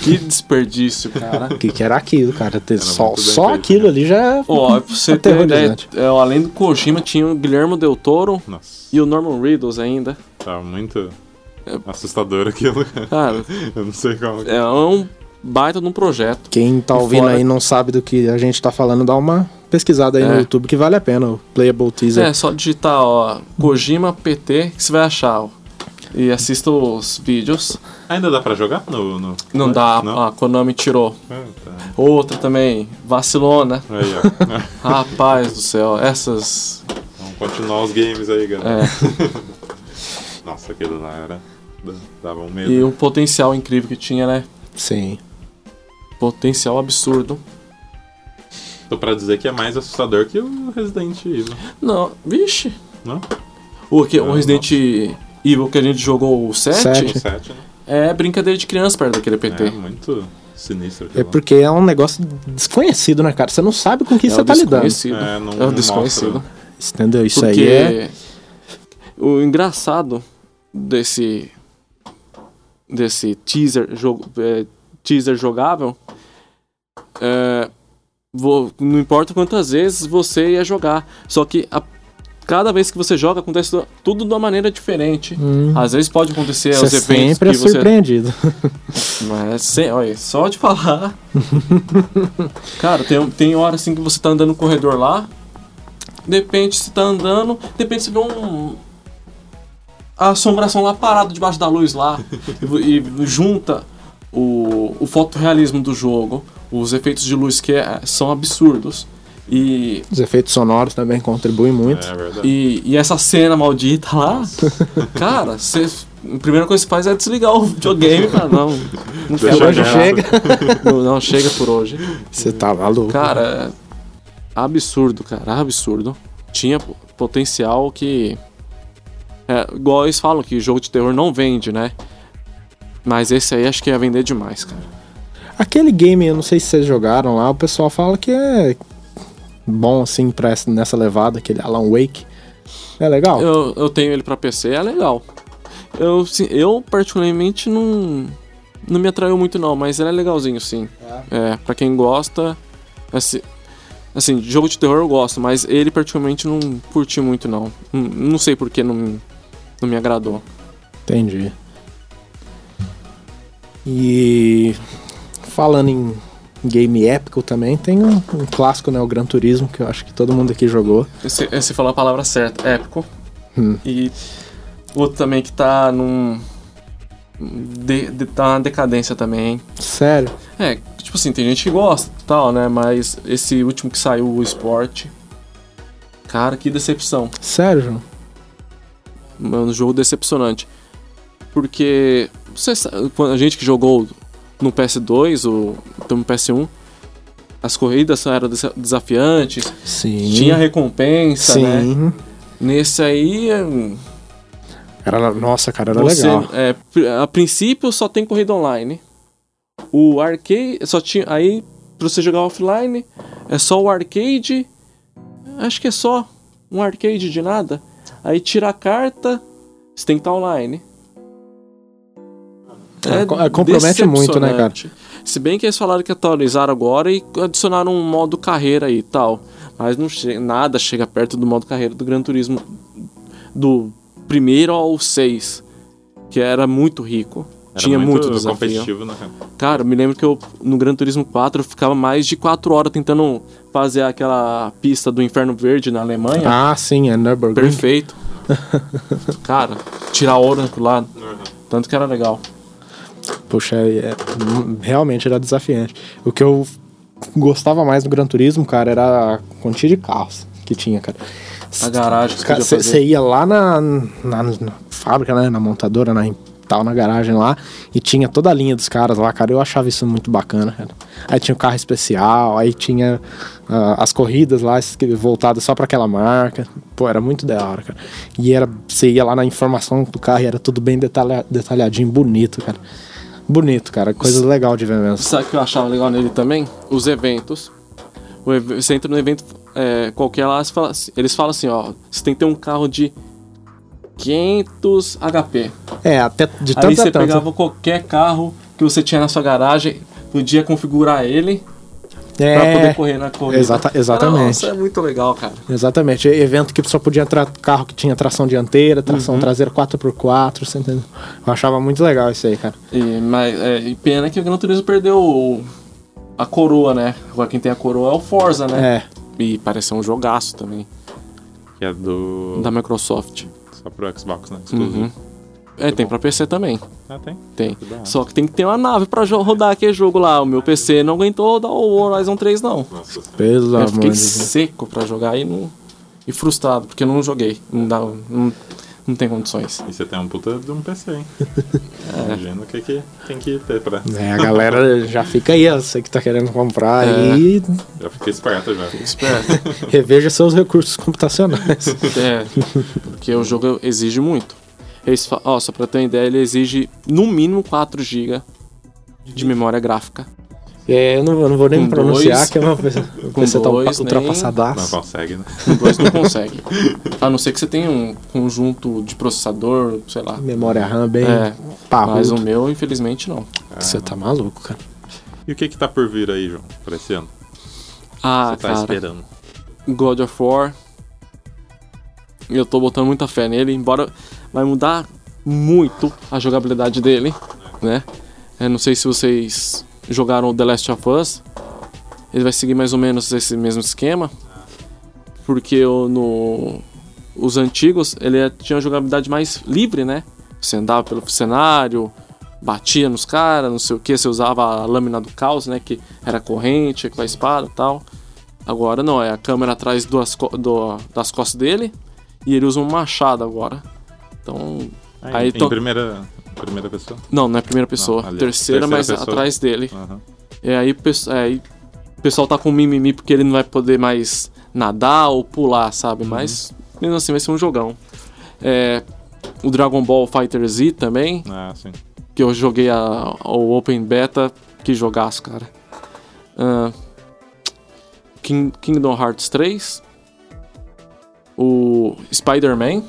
S3: Que desperdício, cara.
S2: O que, que era aquilo, cara? Ter só
S1: muito bem
S2: só
S1: feito,
S3: né?
S2: aquilo ali já. é
S3: Ó, pra você ter uma ideia,
S2: Aterrorizante.
S3: é, além do Kojima, tinha o Guilhermo Del Toro
S1: Nossa,
S3: e o Norman Reedus ainda.
S1: tá muito assustador aquilo. cara.
S3: Cara,
S1: Eu não sei como.
S3: é um baita de um projeto.
S2: Quem tá
S3: E
S2: ouvindo
S3: fora-
S2: aí e não sabe do que a gente tá falando, dá uma pesquisada aí
S3: É.
S2: no YouTube que vale a pena. O Playable Teaser.
S3: É, só digitar, ó, Kojima PT, que você vai achar, ó. E assista os vídeos.
S1: Ainda dá pra jogar no. no...
S3: Não dá,
S1: Não?
S3: a Konami tirou.
S1: Ah, tá.
S3: Outra também, vacilona.
S1: Aí,
S3: [LAUGHS]
S1: ó. Ah,
S3: Rapaz do céu, essas.
S1: Vamos continuar os games aí, galera.
S3: É.
S1: Nossa, aquilo lá era. da- Dava um medo.
S3: E o potencial incrível que tinha, né?
S2: Sim.
S3: Potencial absurdo.
S1: Tô pra dizer que é mais assustador que o Resident Evil.
S3: Não, vixe.
S1: Não?
S3: O, que, o
S1: Ah, Não,
S3: um Resident Evil que a gente jogou o 7
S1: O
S2: Sete.
S1: 7, né?
S3: é brincadeira de criança perto daquele PT.
S1: É muito sinistro
S2: É
S1: aquilo. lá.
S2: porque é um negócio desconhecido, né, cara? Você não sabe com que
S3: É
S2: você
S3: o
S2: tá lidando.
S3: desconhecido.
S1: É, não-
S3: é
S1: não
S3: o desconhecido.
S1: mostra.
S2: Entendeu? Isso
S3: porque
S2: aí é.
S3: o engraçado desse desse teaser jogo é, teaser jogável é, vo- não importa quantas vezes você ia jogar, só que a- cada vez que você joga acontece tudo de uma maneira diferente. Às vezes pode acontecer os
S2: Hum. Você
S3: eventos
S2: sempre é
S3: que você
S2: surpreendido. [LAUGHS]
S3: Mas, sem, olha, só de falar. Cara, tem, tem hora assim que você tá andando no corredor lá. De repente você tá andando, de repente você vê um. A assombração lá parada debaixo da luz lá. e vo- e, junta o, o fotorrealismo do jogo, os efeitos de luz que é- são absurdos. E,
S2: Os efeitos sonoros também contribuem muito.
S1: É verdade.
S3: e, e essa cena maldita lá. Cara, você. A primeira coisa que você faz é desligar o videogame, cara. Não, não
S1: Deixa
S3: quero
S1: eu
S2: Hoje
S1: Chegado.
S2: chega.
S3: não, não, chega por hoje.
S2: Você tá maluco.
S3: Cara, absurdo, cara, absurdo. Tinha po- potencial que. É, igual eles falam que jogo de terror não vende, né? Mas esse aí acho que ia vender demais, cara.
S2: Aquele game, eu não sei se vocês jogaram lá, o pessoal fala que é bom assim pra essa, nessa levada, aquele Alan Wake. É legal?
S3: Eu, eu tenho ele pra PC, é legal. Eu, sim, eu particularmente não. Não me atraiu muito, não, mas ele é legalzinho, sim. É, pra quem gosta. Assim, assim, jogo de terror eu gosto, mas ele particularmente não curti muito, não. Não, não sei por que não, me- não me agradou.
S2: Entendi. E falando em game épico também, tem um, um clássico, né? O Gran Turismo, que eu acho que todo mundo aqui jogou.
S3: Você, você falou a palavra certa, épico.
S2: Hum.
S3: E outro também que tá num. de- de- tá na decadência também, hein?
S2: Sério.
S3: É, tipo assim, tem gente que gosta e tal, né? Mas esse último que saiu, o Sport. Cara, que decepção.
S2: Sério, João?
S3: É um jogo decepcionante. Porque. Você sabe, quando a gente que jogou no PS2 ou então no PS1, as corridas eram desa- desafiantes,
S2: Sim.
S3: tinha recompensa, né?
S2: Sim.
S3: Nesse aí. é-
S2: Era, nossa, cara, era
S3: Você,
S2: legal.
S3: é, pr- a princípio só tem corrida online. O arcade só tinha aí pra você jogar offline é só o arcade. Acho que é só um arcade de nada. Aí tira a carta, Você tem que estar online.
S2: É, co- é, compromete muito, né, cara?
S3: decepcionante. Se bem que eles falaram que atualizaram agora e adicionaram um modo carreira aí e tal. Mas não che- nada chega perto do modo carreira do Gran Turismo do primeiro ao seis, que era muito rico.
S1: Era
S3: Tinha muito, desafio.
S1: competitivo, né, cara?
S3: Cara, eu me lembro que eu, no Gran Turismo 4 eu ficava mais de 4 horas tentando fazer aquela pista do Inferno Verde na Alemanha.
S2: Ah, sim, é Nürburgring.
S3: Perfeito. [LAUGHS] Cara, tirar hora pro lado.
S1: Uhum.
S3: Tanto que era legal.
S2: Poxa, é, é- realmente era desafiante. O que eu gostava mais do Gran Turismo, cara, era a quantia de carros que tinha, cara.
S3: A garagem que você podia fazer.
S2: Você ia lá na, na- na fábrica, né, na montadora, na em- tal, na garagem lá, e tinha toda a linha dos caras lá, cara. Eu achava isso muito bacana, cara. Aí tinha o carro especial, aí tinha ah, as corridas lá es- que- voltadas só pra aquela marca. Pô, era muito da hora, cara. E era, você ia lá na informação do carro e era tudo bem detalha- detalhadinho, bonito, cara. Bonito, cara. Coisa legal de ver mesmo.
S3: Sabe o que eu achava legal nele também? Os eventos. O ev- Você entra num evento é, qualquer lá, você fala assim- eles falam assim, ó, você tem que ter um carro de 500 HP.
S2: É, até de
S3: Aí
S2: tanto a
S3: você
S2: tanto.
S3: pegava qualquer carro que você tinha na sua garagem, podia configurar ele
S2: é,
S3: pra poder correr na corrida.
S2: exata-
S3: Cara,
S2: exatamente.
S3: Nossa, é muito legal, cara.
S2: Exatamente, E- evento que só podia entrar carro que tinha tração dianteira, tração traseira 4x4, você entendeu? Eu achava muito legal isso aí, cara.
S3: E, mas, é, e pena que o Gran Turismo perdeu o- a coroa, né? Agora quem tem a coroa é o Forza, né?
S2: É,
S3: E parece um jogaço também,
S1: Que é do.
S3: da Microsoft.
S1: Só pro Xbox, né?
S3: Uhum.
S1: Exclusivo.
S3: É, tem pra PC também.
S1: Ah, tem.
S3: Tem.
S1: Que da hora.
S3: Só que tem que ter uma nave pra jo- rodar aquele jogo lá. O meu PC não aguentou rodar o Horizon 3, não.
S1: Nossa senhora.
S2: pelo
S3: Eu
S2: amor de
S3: fiquei
S2: Deus.
S3: seco pra jogar e não. E frustrado, porque eu não joguei. Não dá. Não, não tem condições.
S1: E você tem um puta de um PC,
S3: [LAUGHS]
S1: hein?
S3: É.
S1: Imagina o que, que tem que ter pra.
S2: É, a galera já fica aí, ó, você que tá querendo comprar
S3: É.
S2: aí,
S1: Já fiquei esperto já.
S3: Espera.
S2: reveja seus recursos [LAUGHS] computacionais.
S3: [LAUGHS] É, porque o jogo exige muito. Eles fa- ó, só pra ter uma ideia, ele exige no mínimo 4 GB de memória gráfica.
S2: É, eu, não, eu não vou nem
S3: Com
S2: me pronunciar,
S3: dois.
S2: que eu não
S3: [LAUGHS]
S2: o PC tá
S3: dois, nem-
S1: Não
S2: ultrapassadaço.
S1: consegue, né?
S3: Com dois não consegue.
S1: [LAUGHS]
S3: A não ser que você tenha um conjunto de processador, sei lá.
S2: Memória RAM bem
S3: É, Mas o
S2: parrudo.
S3: meu, infelizmente, não.
S2: Você tá maluco, cara.
S1: E o que que tá por vir aí, João, pra esse ano?
S3: Ah,
S1: você tá
S3: cara.
S1: esperando.
S3: God of War. Eu tô botando muita fé nele, embora vai mudar muito a jogabilidade dele, né? Eu não sei se vocês jogaram o The Last of Us. Ele vai seguir mais ou menos esse mesmo esquema. Porque o- no os antigos, ele é- tinha uma jogabilidade mais livre, né? Você andava pelo cenário, batia nos caras, não sei o que, você usava a lâmina do caos, né? Que era corrente com a espada e tal. Agora não, é a câmera atrás duas co- do- das costas dele e ele usa um machado agora. Então.
S1: Ah,
S3: Aí
S1: em,
S3: então-
S1: em primeira, em primeira pessoa?
S3: Não, não é a primeira pessoa,
S1: Não, ali,
S3: terceira,
S1: terceira
S3: mas
S1: pessoa.
S3: atrás dele.
S1: Aham.
S3: E aí, pesso- aí o pessoal tá com mimimi porque ele não vai poder mais nadar ou pular,
S1: Uhum.
S3: sabe? Mas mesmo assim vai ser um jogão. É, o Dragon Ball Fighter Z também,
S1: Ah, sim.
S3: que eu joguei a, o Open Beta, que jogaço, cara. Ah, King- Kingdom Hearts 3. O Spider-Man.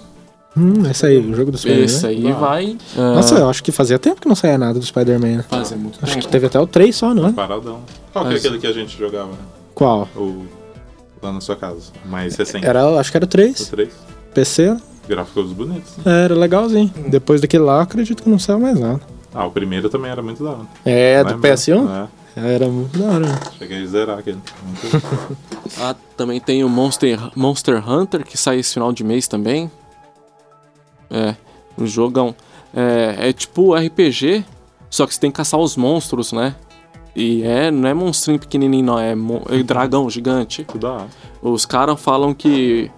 S2: Hum, esse aí, o jogo do Spider-Man.
S3: Esse aí
S2: né?
S3: vai. ah,
S2: Nossa, eu acho que fazia tempo que não saía nada do Spider-Man. né?
S3: fazer muito
S2: Acho que
S3: tempo.
S2: teve até o 3 só, não é?
S1: Paradão. Qual que é
S3: Mas-
S1: aquele que a gente jogava?
S2: Qual?
S1: Ou lá na sua casa?
S3: É,
S1: Mais recente.
S2: Era, acho que era o
S1: Os
S2: 3.
S1: três.
S2: PC
S1: Gráficos bonitos. né?
S2: é, era legalzinho. Depois daquele lá, eu acredito que não saiu mais nada.
S1: Ah, o primeiro também era muito da hora.
S2: É, do
S1: Lembra?
S2: PS1?
S1: É.
S2: Era muito da hora. né?
S1: Cheguei a zerar aquele. Muito-
S3: Ah, também tem o Monster, Monster Hunter, que sai esse final de mês também. É, um jogão. É, é tipo RPG, só que você tem que caçar os monstros, né? E é, não é monstrinho pequenininho, não, é, mon- é dragão gigante.
S1: Muito da hora.
S3: Os caras falam que,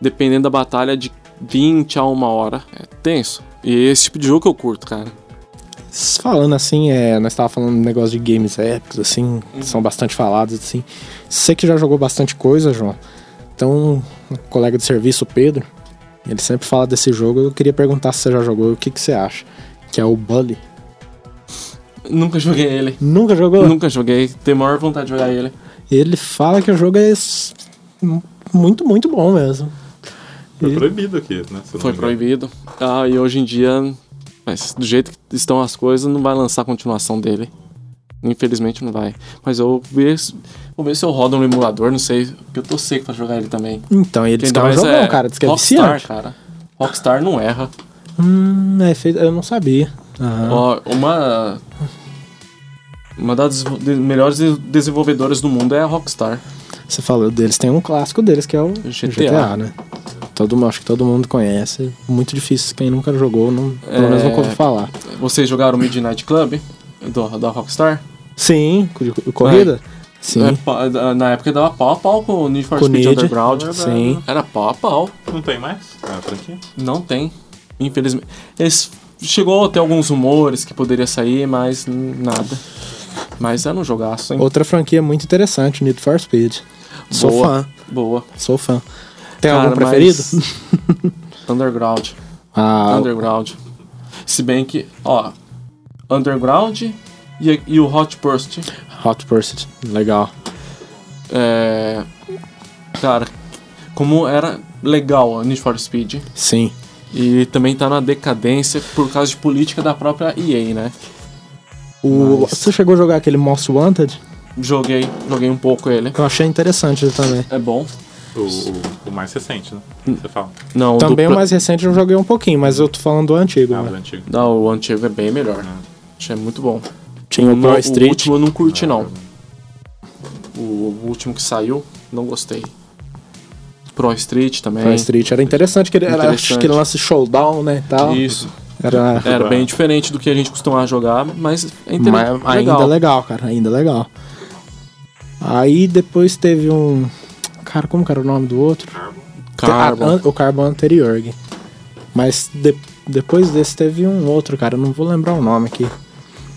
S3: dependendo da batalha, é de 20 a 1 hora. É tenso. E esse tipo de jogo que eu curto, cara.
S2: Falando assim, é, nós tava falando um negócio de games épicos, assim, que são bastante falados, assim. Você que já jogou bastante coisa, João. Então, um colega de serviço, o Pedro, ele sempre fala desse jogo. Eu queria perguntar se você já jogou, o que, que você acha? Que é o Bully.
S3: Nunca joguei ele.
S2: Nunca jogou?
S3: Nunca joguei. Tenho a maior vontade de jogar ele.
S2: Ele fala que o jogo é s- muito, muito bom mesmo.
S1: Foi proibido aqui, né? se eu não
S3: Foi
S1: me engano.
S3: proibido. Ah, e hoje em dia, mas do jeito que estão as coisas, não vai lançar a continuação dele. Infelizmente não vai. Mas eu vi esse- vou ver se eu rodo no emulador, não sei, porque eu tô seco pra jogar ele também.
S2: Então, ele diz que é um
S3: mais
S2: jogão, cara. Diz que é
S3: Rockstar,
S2: viciante.
S3: cara. Rockstar não erra.
S2: Hum, é feito... Eu não sabia. Aham.
S3: Ó, uma uma das desvo- de- melhores de- desenvolvedoras do mundo é a Rockstar.
S2: Você falou deles, tem um clássico deles que é o
S3: GTA.
S2: GTA, né? Todo, mundo- acho que todo mundo conhece. Muito difícil, quem nunca jogou, não, pelo
S3: É.
S2: menos nunca ouviu falar.
S3: Vocês jogaram Midnight Club do, da Rockstar?
S2: Sim, co- co- corrida? Sim.
S3: É, pa- da- Na época dava pau a pau com o Need for
S2: Com
S3: Speed
S2: Need.
S3: Underground.
S1: É verdade,
S2: Sim.
S1: né?
S3: Era pau a pau.
S1: Não tem mais? É, franquia?
S3: Não tem. Infelizmente. Eles chegou a ter alguns rumores que poderia sair, mas n- nada. Mas era um jogaço, hein?
S2: Outra franquia muito interessante, Need for Speed. Sou
S3: Boa.
S2: fã,
S3: Boa.
S2: sou fã. Tem
S3: Cara,
S2: algum preferido?
S3: mas- [LAUGHS] Underground.
S2: Ah,
S3: Underground. Se bem que, ó, Underground e, e o Hot Burst.
S2: Ah, Hot Pursuit, legal.
S3: É, cara, como era legal o Need for Speed.
S2: Sim.
S3: E também tá na decadência por causa de política da própria EA, né?
S2: O,
S3: Mas-
S2: Você chegou a jogar aquele Most Wanted?
S3: Joguei, joguei um pouco ele.
S2: Eu achei interessante ele também.
S3: É bom.
S1: O, o- o mais recente, né?
S3: Hum.
S1: Você fala.
S3: Não, do
S2: Também o
S3: Pla-
S2: mais recente eu joguei um pouquinho, mas eu tô falando do antigo.
S1: Ah, o
S2: né?
S1: antigo.
S3: Não, o antigo é bem melhor. Achei muito bom.
S2: Tinha o
S3: No-
S2: Pro Street.
S3: último eu não curti, não. O último que saiu, não gostei. Pro Street também.
S2: Pro Street era interessante, que ele era
S3: Interessante.
S2: acho que ele lance showdown, né, e tal.
S3: Isso.
S2: Era
S3: Era bem diferente do que a gente costumava jogar, mas é inter-
S2: mas
S3: legal.
S2: ainda legal, cara, ainda legal. Aí depois teve um cara, como que era o nome do outro?
S3: Carbon.
S2: Ah, an- o Carbon anterior. Gui. Mas de- depois desse teve um outro, cara, eu não vou lembrar o nome aqui.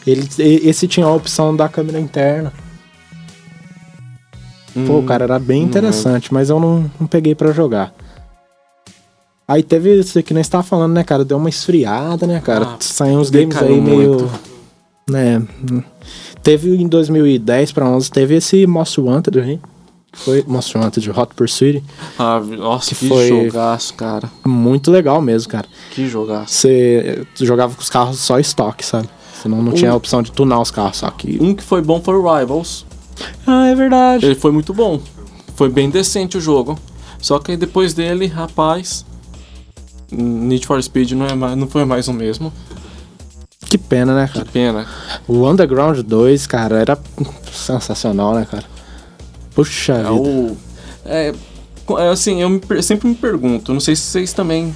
S2: Ele, e- esse tinha a opção da câmera interna.
S3: Hum.
S2: Pô, cara, era bem interessante, mas eu não, não peguei pra jogar. Aí teve isso que nem você tava falando, né, cara? Deu uma esfriada, né, cara?
S3: Ah,
S2: Saiu uns games
S3: decaíram
S2: aí meio.
S3: muito.
S2: Né. Teve em 2010 pra 11, teve esse Most Wanted, hein? Que Foi Most Wanted Hot Pursuit.
S3: Ah, nossa, que,
S2: que foi-
S3: jogaço, cara.
S2: Muito legal mesmo, cara.
S3: Que jogaço.
S2: Você eh, jogava com os carros só estoque, sabe? Senão não tinha a opção de tunar os carros, só que.
S3: Um que foi bom foi o Rivals.
S2: Ah, é verdade.
S3: Ele foi muito bom. Foi bem decente o jogo. Só que depois dele, rapaz. Need for Speed não, é mais, não foi mais o mesmo.
S2: Que pena, né,
S3: Que
S2: cara?
S3: pena.
S2: O Underground 2, cara, era sensacional, né, cara? Puxa
S3: É
S2: vida.
S3: o. É, co- é assim, eu me per- sempre me pergunto, não sei se vocês também.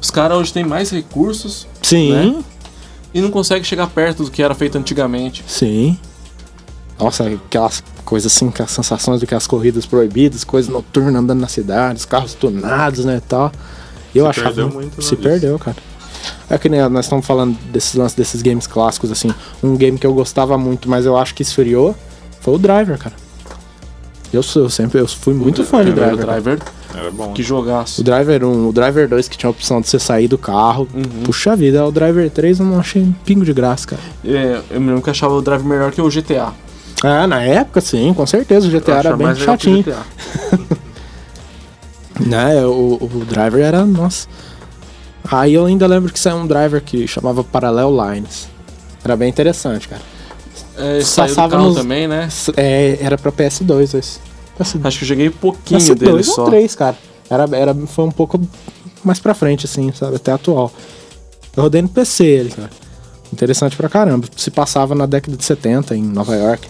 S3: Os caras hoje têm mais recursos
S2: Sim,
S3: né? e não conseguem chegar perto do que era feito antigamente.
S2: sim. Nossa, aquelas coisas assim, aquelas sensações do que as corridas proibidas, coisas noturnas andando na cidade, os carros tunados, né, e tal. Eu
S1: Se
S2: achava um
S1: perdeu muito, né,
S2: se
S1: disso.
S2: perdeu, cara. É que nem nós estamos falando desses lances desses games clássicos assim. Um game que eu gostava muito, mas eu acho que esfriou, foi o Driver, cara. Eu sou eu sempre eu fui muito fã de
S3: Primeiro
S2: Driver. cara.
S3: driver,
S1: Era bom.
S3: que
S1: né?
S2: O
S3: jogaço.
S2: Driver 1, o Driver 2 que tinha a opção de você sair do carro.
S1: Uhum.
S2: Puxa vida, o Driver 3 eu não achei um pingo de graça, cara.
S3: É, eu me lembro que eu achava o Driver melhor que o GTA.
S2: Ah, na época, sim, com certeza. O GTA
S3: Eu
S2: era
S3: achava
S2: bem
S3: mais legal que o
S2: chatinho.
S3: GTA.
S2: Né, o, o driver era, nossa. Aí eu ainda lembro que saiu um driver que chamava Parallel Lines. Era bem interessante, cara.
S3: É, saiu do
S2: Passava
S3: carro
S2: nos-
S3: também, né?
S2: S- é, era pra PS2 esse. PS2
S3: Acho Ah, que eu joguei pouquinho dele
S2: PS2
S3: só.
S2: ou 3, cara. Era, era, foi um pouco mais pra frente, assim, sabe? Até atual. Eu rodei no PC ele, cara. Interessante pra caramba. Se passava na década de 70 em Nova York.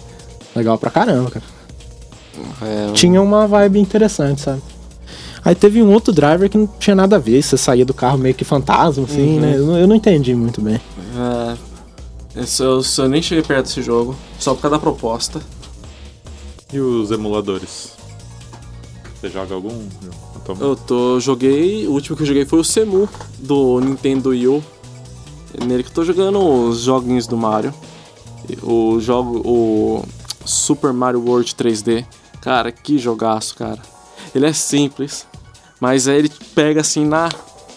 S2: Legal pra caramba, cara.
S3: É,
S2: tinha uma vibe interessante, sabe? Aí teve um outro driver que não tinha nada a ver, você saía do carro meio que fantasma, assim, né? Eu, não- eu não entendi muito bem.
S3: é, eu, só- eu só nem cheguei perto desse jogo, só por causa da proposta.
S1: E os emuladores? Você joga algum? Eu tô-
S3: Eu tô, joguei, o último que eu joguei foi o Semu do Nintendo Wii U. É Nele que eu tô jogando os joguinhos do Mario. E O jogo o Super Mario World 3D. Cara, que jogaço, cara. Ele é simples, mas aí ele pega assim na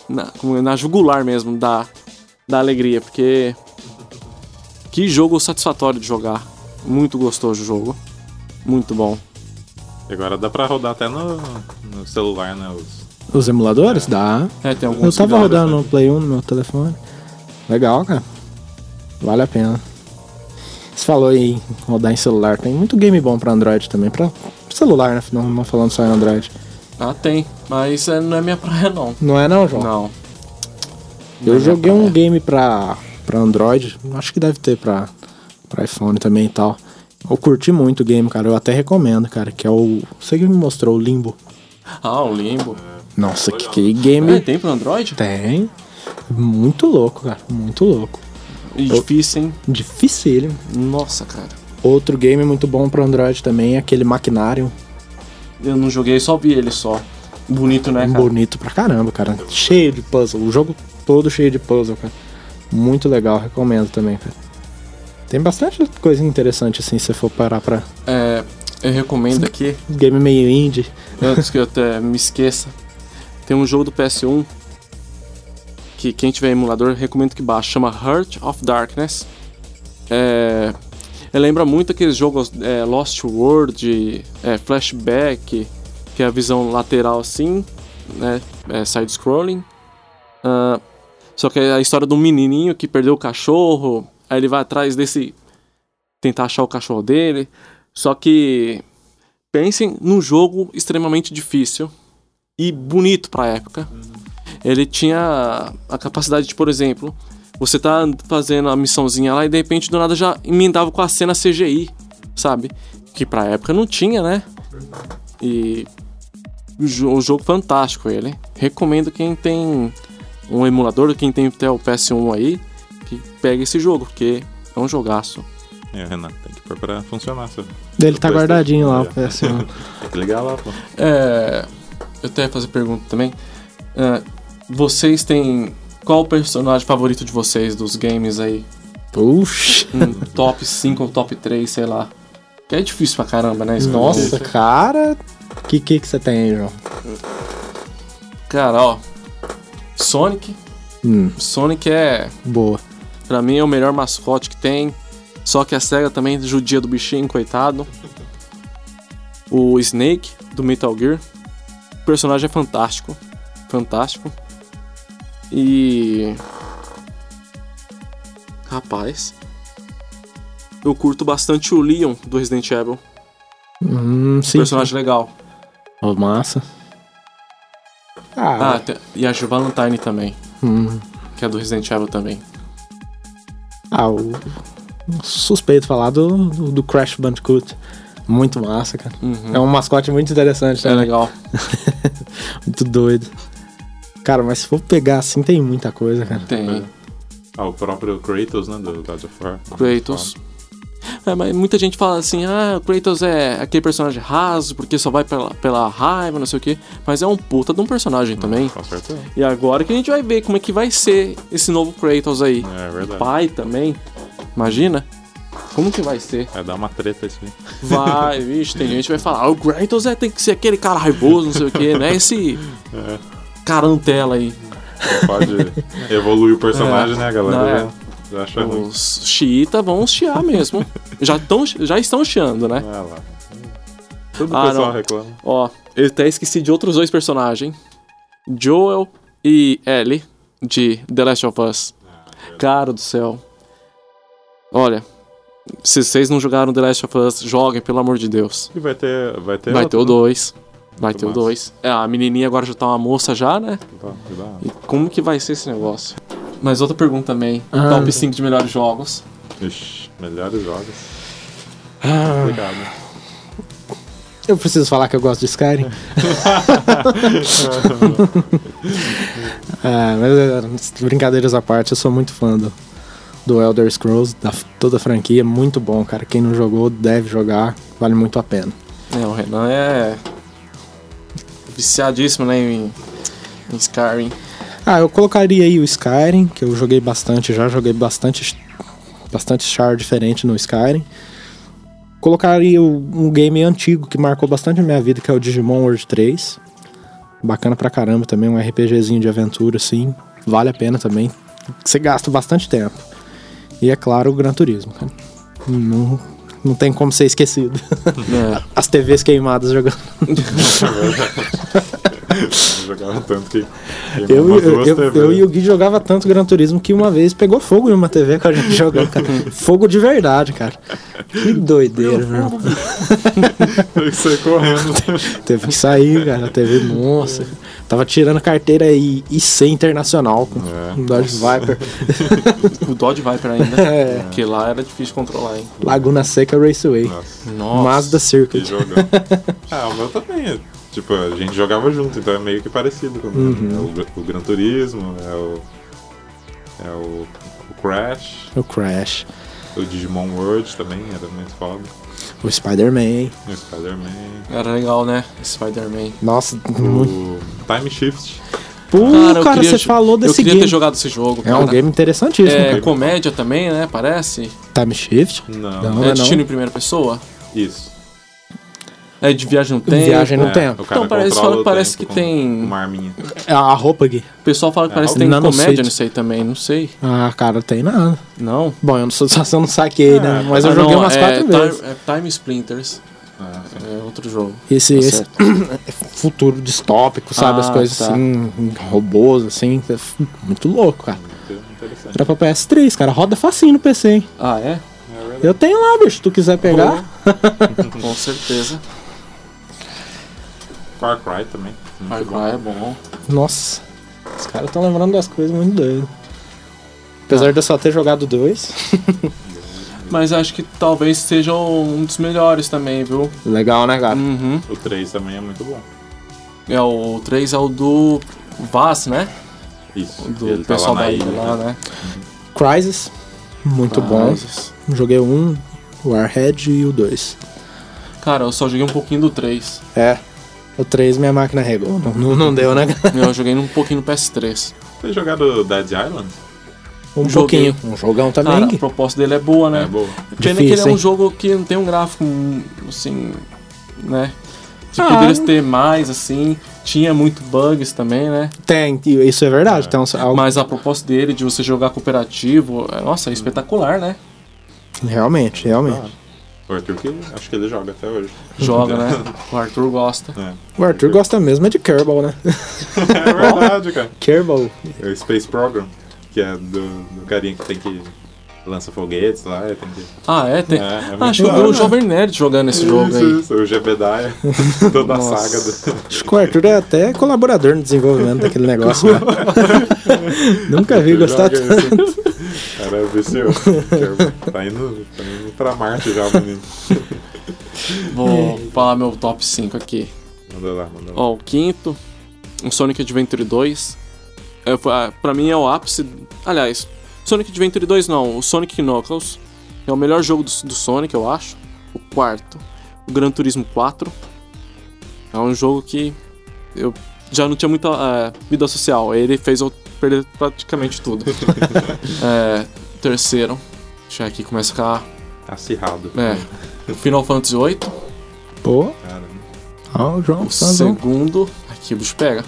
S3: na, como é, na jugular mesmo da da alegria, porque que jogo satisfatório de jogar. Muito gostoso o jogo. Muito bom.
S1: E Agora dá pra rodar até no, no celular, né? Os,
S2: Os emuladores? Dá.
S3: É, tem alguns
S2: Eu
S3: que
S2: tava
S3: dá
S2: rodando no
S1: bastante.
S2: Play 1 no meu telefone. Legal, cara. Vale a pena. Você falou em rodar em celular. Tem muito game bom pra Android também. Pra celular, né? Não, não falando só em Android.
S3: Ah, tem. Mas é, não é minha praia, não.
S2: Não é não, João?
S3: Não. Não é
S2: Eu
S3: minha
S2: joguei um
S3: praia.
S2: game pra, pra Android. Acho que deve ter pra, pra iPhone também e tal. Eu curti muito o game, cara. Eu até recomendo, cara. Que é o... Você que me mostrou, o Limbo.
S3: Ah, o Limbo.
S2: Nossa, que, que game...
S3: É, tem pro Android?
S2: Tem. Muito louco, cara. Muito louco.
S3: E Difícil, hein?
S2: Dificílimo.
S3: Nossa, cara.
S2: Outro game muito bom pro Android também é aquele Maquinário.
S3: Eu não joguei, só vi ele só. Bonito,
S2: É,
S3: né, cara?
S2: bonito pra caramba, cara. Cheio de puzzle. O jogo todo cheio de puzzle, cara. Muito legal, recomendo também, cara. Tem bastante coisa interessante, assim, se você for parar pra
S3: É, eu recomendo aqui,
S2: game meio indie.
S3: antes que eu até me esqueça. Tem um jogo do PS1 que quem tiver emulador, eu recomendo que baixe. Chama Heart of Darkness. É, ele lembra muito aqueles jogos é, Lost World, é, Flashback, que é a visão lateral assim, né? É, Side-scrolling. Ah, só que é a história de um menininho que perdeu o cachorro, aí ele vai atrás desse... tentar achar o cachorro dele. Só que pensem num jogo extremamente difícil e bonito pra época. Ele tinha a capacidade de, por exemplo, você tá fazendo a missãozinha lá e de repente do nada já emendava com a cena CGI, sabe? Que pra época não tinha, né? E o jo- o jogo fantástico ele. Recomendo quem tem um emulador, quem tem até o PS1 aí, que pegue esse jogo, porque é um jogaço.
S1: É, Renato, tem que pôr pra funcionar, seu.
S2: Ele tá
S1: Depois
S2: guardadinho lá, assim, o
S1: tem-
S2: PS1. [LAUGHS]
S1: Tem que ligar lá, pô.
S3: É, eu até ia fazer pergunta também. É, vocês têm. Qual o personagem favorito de vocês dos games aí?
S2: Puxa. [LAUGHS]
S3: Um top 5 ou top 3, sei lá. Que é difícil pra caramba, né? escolher.
S2: Nossa, cara. Que que que você tem aí, João?
S3: Cara, ó. Sonic.
S2: Hum,
S3: Sonic é.
S2: boa.
S3: Pra mim é o melhor mascote que tem. Só que a SEGA também judia do bichinho, coitado. O Snake, do Metal Gear. O personagem é fantástico. Fantástico. E. Rapaz. Eu curto bastante o Leon do Resident Evil.
S2: Hum, sim.
S3: Personagem legal.
S2: Ô, massa.
S3: Ah,
S2: Ah,
S3: te- e a Jill Valentine também,
S2: hum.
S3: que é do Resident Evil também.
S2: Ah, o o suspeito falar do, do, do Crash Bandicoot. Muito massa, cara.
S3: Uhum.
S2: É um mascote muito interessante,
S3: É
S2: né?
S3: legal.
S2: Muito doido. Cara, mas se for pegar assim, tem muita coisa, cara.
S3: Tem.
S1: Ah, o próprio Kratos, né, do God of War.
S3: Kratos. É, mas muita gente fala assim, ah, o Kratos é aquele personagem raso, porque só vai pela, pela raiva, não sei o quê. Mas é um puta de um personagem também.
S1: Então, Com certeza.
S3: E agora que a gente vai ver como é que vai ser esse novo Kratos aí.
S1: É verdade.
S3: Pai também, imagina. Como que vai ser?
S1: Vai dar É, uma treta isso aí. [LAUGHS]
S3: Vai, vixe, tem gente que vai falar, ah, o Kratos é, tem que ser aquele cara raivoso, não sei o quê, né?
S1: [LAUGHS]
S3: Esse
S1: É.
S3: carantela aí.
S1: Não
S3: [LAUGHS]
S1: pode evoluir o personagem, né, galera?
S3: É. Não, é.
S1: Já, já acha ruim.
S3: Os xiita vão chiar mesmo. já, tão, já estão chiando, né?
S1: Ah, lá. Todo
S3: Ah,
S1: o pessoal
S3: não.
S1: reclama.
S3: Ó, eu até esqueci de outros dois personagens. Joel e Ellie, de The Last of Us.
S1: Ah,
S3: Cara do céu. Olha, se vocês não jogaram The Last of Us, joguem, pelo amor de Deus.
S1: E vai ter. Vai ter,
S3: Vai ter o 2.
S1: né?
S3: Vai
S1: Muito
S3: ter o
S1: massa.
S3: 2. É, a menininha agora já tá uma moça já, né?
S1: Tá, que da hora.
S3: E como que vai ser esse negócio? Mas outra pergunta também.
S2: Ah.
S3: Top 5 de melhores jogos.
S1: Ixi, melhores jogos.
S2: Ah,
S1: Obrigado. [LAUGHS]
S2: eu preciso falar que eu gosto de Skyrim. ah, mas é, brincadeiras à parte, eu sou muito fã do, do Elder Scrolls, da f- toda a franquia. Muito bom, cara. Quem não jogou deve jogar, vale muito a pena.
S3: É, o Renan é viciadíssimo, né, em, em Skyrim. [LAUGHS]
S2: Ah, eu colocaria aí o Skyrim, que eu joguei bastante já, joguei bastante bastante char diferente no Skyrim. Colocaria o- um game antigo que marcou bastante a minha vida, que é o Digimon World 3. Bacana pra caramba também, um RPGzinho de aventura assim, vale a pena também. Você gasta bastante tempo. E é claro, o Gran Turismo, cara. Não, não tem como [LAUGHS] ser esquecido.
S3: É.
S2: As TVs queimadas jogando.
S1: Eu jogava tanto que. que
S2: Eu,
S1: umas
S2: eu,
S1: duas né?
S2: eu,
S1: TVs. [LAUGHS]
S2: eu e o Gui jogava tanto Gran Turismo que uma vez pegou fogo em uma TV que a gente [LAUGHS] jogou, cara. Fogo de verdade, cara. Que doideira, né?
S1: Eu saí correndo. [LAUGHS]
S2: Teve que sair, cara. A TV, nossa. Tava tirando carteira e IC internacional com
S1: É.
S2: um Dodge Viper.
S3: O Dodge Viper [LAUGHS] ainda.
S2: É.
S3: Porque lá era difícil de controlar, hein?
S2: Laguna Seca Raceway.
S1: Nossa,
S3: Nossa.
S2: Mazda
S1: que
S2: Circuit.
S1: jogo. [LAUGHS] Ah, o meu também. Tipo, a gente jogava junto, então é meio que parecido. Com o meu. É o, o Gran Turismo, é o. É o, o Crash,
S2: O Crash.
S1: o Digimon World também era muito foda.
S2: O Spider-Man.
S1: O Spider-Man.
S3: Era legal, né? Spider-Man.
S2: Nossa, muito.
S1: O Time Shift.
S2: Pô, cara,
S3: eu queria-
S2: você falou
S3: Eu
S2: desse
S3: queria
S2: game.
S3: ter jogado esse jogo,
S2: É um
S3: cara.
S2: game interessantíssimo.
S3: É
S1: cara.
S3: comédia também, né? Parece.
S2: Time Shift.
S1: Não.
S2: Não.
S3: é destino em primeira pessoa.
S1: Isso. É,
S3: É de viagem no tempo.
S2: Viagem no tempo.
S1: o cara
S3: Então, parece-
S1: controla
S3: fala-
S1: o
S3: parece
S1: tempo
S3: que
S1: com
S3: tem-
S1: Uma arminha.
S2: É a roupa, Gui.
S3: O pessoal fala que
S1: É,
S3: parece que tem
S2: nano
S3: comédia
S2: suit.
S3: nisso aí também, não sei.
S2: Ah, cara, tem nada.
S3: Não.
S2: Bom, eu não sou [LAUGHS] se eu não saquei, né?
S1: Ah,
S2: Mas eu
S3: Ah,
S2: joguei
S3: não,
S2: umas
S3: é
S2: quatro
S3: Time,
S2: vezes.
S3: É Time Splinters.
S1: Ah, sim.
S3: É outro jogo.
S2: Esse,
S3: Tá
S2: esse futuro distópico, sabe? As
S3: Ah,
S2: coisas
S3: tá.
S2: assim, robôs, assim. é f- Muito louco, cara.
S1: Muito Interessante.
S2: Era pra PS3, cara. Roda facinho no PC, hein?
S3: Ah, é?
S1: É verdade.
S2: Eu tenho lá, bicho. Se tu quiser pegar.
S3: [LAUGHS] Com certeza.
S1: Far Cry também.
S3: Far
S1: Muito bom.
S3: Cry é bom.
S2: Nossa. Os caras estão lembrando das coisas muito doidas. Apesar
S3: Tá.
S2: de eu só ter jogado dois.
S3: Mas acho que talvez seja um dos melhores também, viu?
S2: Legal, né, cara?
S3: Uhum.
S1: O 3 também é muito bom.
S3: É, o 3 é o do Vaz, né?
S1: Isso.
S3: Do
S1: Ele tá
S3: pessoal
S1: lá na
S3: da
S1: ilha.
S3: ilha lá, né?
S2: Crysis. Muito
S3: Ah. Vazes.
S2: bom. Joguei o um, o Warhead e o dois.
S3: Cara, eu só joguei um pouquinho do
S2: [LAUGHS]
S3: 3.
S2: É. O 3 minha máquina regou. Não, não, não deu, né, cara?
S3: eu joguei um pouquinho no PS3.
S1: Vocês jogaram Dead Island?
S2: Um
S3: Joguei.
S2: pouquinho. Um jogão
S3: Cara,
S2: também.
S3: a proposta dele é boa, né?
S1: É boa.
S3: Pena que ele é
S2: Difícil,
S3: um
S2: hein?
S3: jogo que não tem um gráfico, hum, assim, né? Que
S2: Ah,
S3: poderia ter mais, assim. Tinha muito bugs também, né?
S2: Tem, isso é verdade. Tem uns- algo-
S3: Mas a proposta dele de você jogar cooperativo, é- nossa, é espetacular, né?
S2: Realmente, realmente.
S1: O Arthur que acho que ele joga até hoje.
S3: Joga, né?
S1: [LAUGHS]
S3: O Arthur gosta.
S2: O Arthur gosta mesmo é de Kerbal, né?
S1: É verdade, cara.
S2: Kerbal.
S1: É o Space Program, que é do, do carinha que tem que lança foguetes lá, e tem que.
S3: Ah, é? Tem...
S1: É, é muito
S3: ah, acho que eu
S1: da
S3: vi o
S1: hora.
S3: Jovem Nerd jogando esse jogo aí.
S1: Isso, o Jebediah,
S3: [LAUGHS]
S1: toda a
S3: Nossa.
S1: saga do.
S2: Acho que o Arthur é até colaborador no desenvolvimento daquele negócio. Né?
S1: [LAUGHS]
S3: É,
S2: Nunca vi gostar
S1: Joga
S2: tanto.
S1: isso. Cara,
S3: [LAUGHS]
S1: viciou. Tá indo, tá indo pra Marte já, o menino.
S3: Vou falar meu top 5 aqui.
S1: Manda lá, manda lá.
S3: Ó, o quinto, o Sonic Adventure 2. É, foi- ah, pra mim é o ápice. Aliás, Sonic Adventure 2 não, o Sonic Knuckles. É o melhor jogo do, do Sonic, eu acho. O quarto, o Gran Turismo 4. É um jogo que eu já não tinha muita ah, vida social. Ele fez eu perder praticamente tudo. É, terceiro, já aqui começa a ficar.
S1: Tá Acirrado.
S3: É, o Final Fantasy VIII.
S2: Pô,
S1: Cara,
S2: ó, o João
S3: O
S2: Sanzão.
S3: segundo. Aqui o bicho
S2: [LAUGHS]
S3: pega.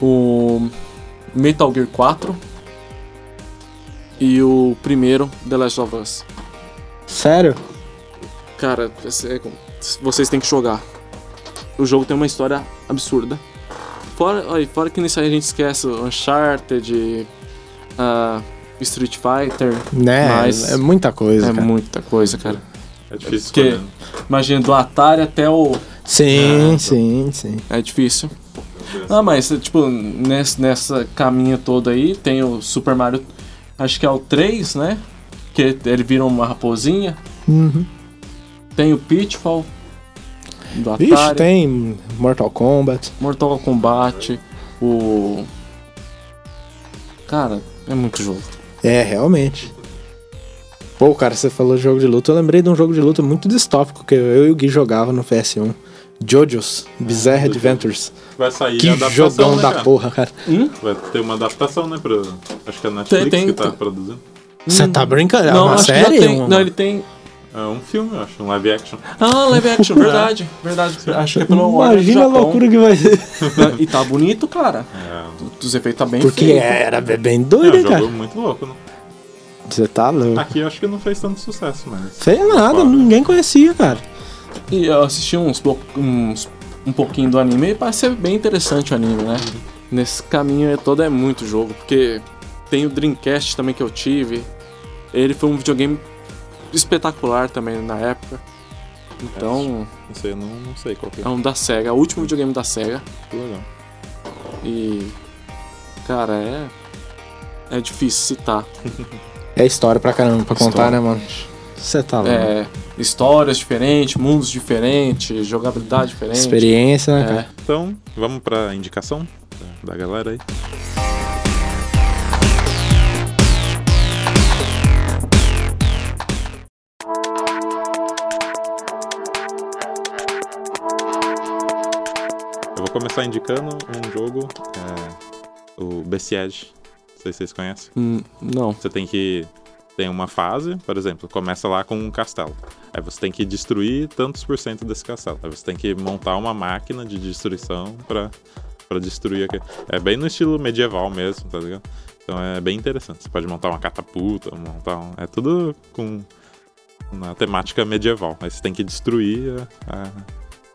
S3: o Metal Gear 4. E o primeiro, The Last of Us.
S2: Sério?
S3: Cara, esse é com- vocês têm que jogar. O jogo tem uma história absurda. Fora, olha, fora que nisso aí a gente esquece o Uncharted, ah, Street Fighter.
S2: Né?
S3: Mas-
S2: É muita coisa,
S3: é
S2: cara.
S3: muita coisa, cara.
S1: é difícil
S3: Porque-
S1: escolher. né?
S3: Imagina, do Atari até o
S2: Sim, sim, sim.
S3: É difícil. Ah, mas, tipo, nessa, nessa caminha toda aí, tem o Super Mario, acho que é o 3, né? Que ele- ele vira uma raposinha.
S2: Uhum.
S3: Tem o Pitfall, do Atari,
S2: Vixe, tem Mortal Kombat.
S3: Mortal Kombat, o... Cara, é muito jogo.
S2: É, realmente. Pô, cara, você falou de jogo de luta. Eu lembrei de um jogo de luta muito distópico que eu e o Gui jogava no PS1. Jojo's Bizarre
S1: do
S2: Adventures.
S1: Vai sair a
S2: Que
S1: adaptação.
S2: jogão
S1: né,
S2: da
S1: cara?
S2: porra, é cara.
S1: Vai ter uma adaptação, né? Pra... Acho que é a Netflix
S3: tem-
S1: que tá
S3: tem-
S1: produzindo.
S2: Você tá brincando? É uma
S3: acho que
S2: série?
S3: já tem.
S2: Um-
S3: Não, ele tem...
S1: É um filme, eu acho, um live action.
S3: Ah,
S2: [LAUGHS]
S3: live action, verdade, verdade. Acho que é pelo Warner do
S2: Imagina a
S3: Japão.
S2: loucura que vai ser.
S3: E tá bonito, cara.
S1: É,
S3: Os efeitos tá bem
S2: Porque
S3: feito.
S2: era bem
S1: é
S2: doido,
S1: um
S2: hein,
S1: jogo
S2: cara?
S1: muito louco, né?
S2: Você tá louco.
S1: Aqui eu acho que não fez tanto sucesso, mas.
S2: Fez nada,
S1: Foda.
S2: ninguém conhecia, cara.
S3: E eu assisti uns, blo- uns um pouquinho do anime e parece ser bem interessante o anime, né?
S2: Uhum.
S3: Nesse caminho é- todo é muito jogo, porque tem o Dreamcast também que eu tive. Ele foi um videogame espetacular também na época. Então,
S1: Não sei, eu não, não sei qual que é.
S3: é um da SEGA, o último videogame da SEGA.
S1: Que legal.
S3: E. Cara, é. É difícil citar.
S2: É história pra caramba pra contar,
S3: História.
S2: né, mano? Você tá louco.
S3: É, histórias diferentes, mundos diferentes, jogabilidade diferente.
S2: Experiência, né, cara?
S3: É.
S1: Então, vamos pra indicação da- da galera aí. Eu vou começar indicando um jogo, é, o Besiege. Não sei se vocês conhecem.
S3: Hum, não.
S1: Você tem que. Tem uma fase, por exemplo, começa lá com um castelo. Aí você tem que destruir tantos por cento desse castelo. Aí você tem que montar uma máquina de destruição pra, pra destruir aquele. É bem no estilo medieval mesmo, tá ligado? Então é bem interessante. Você pode montar uma catapulta, montar um. É tudo com. Na temática medieval. Aí você tem que destruir a, a,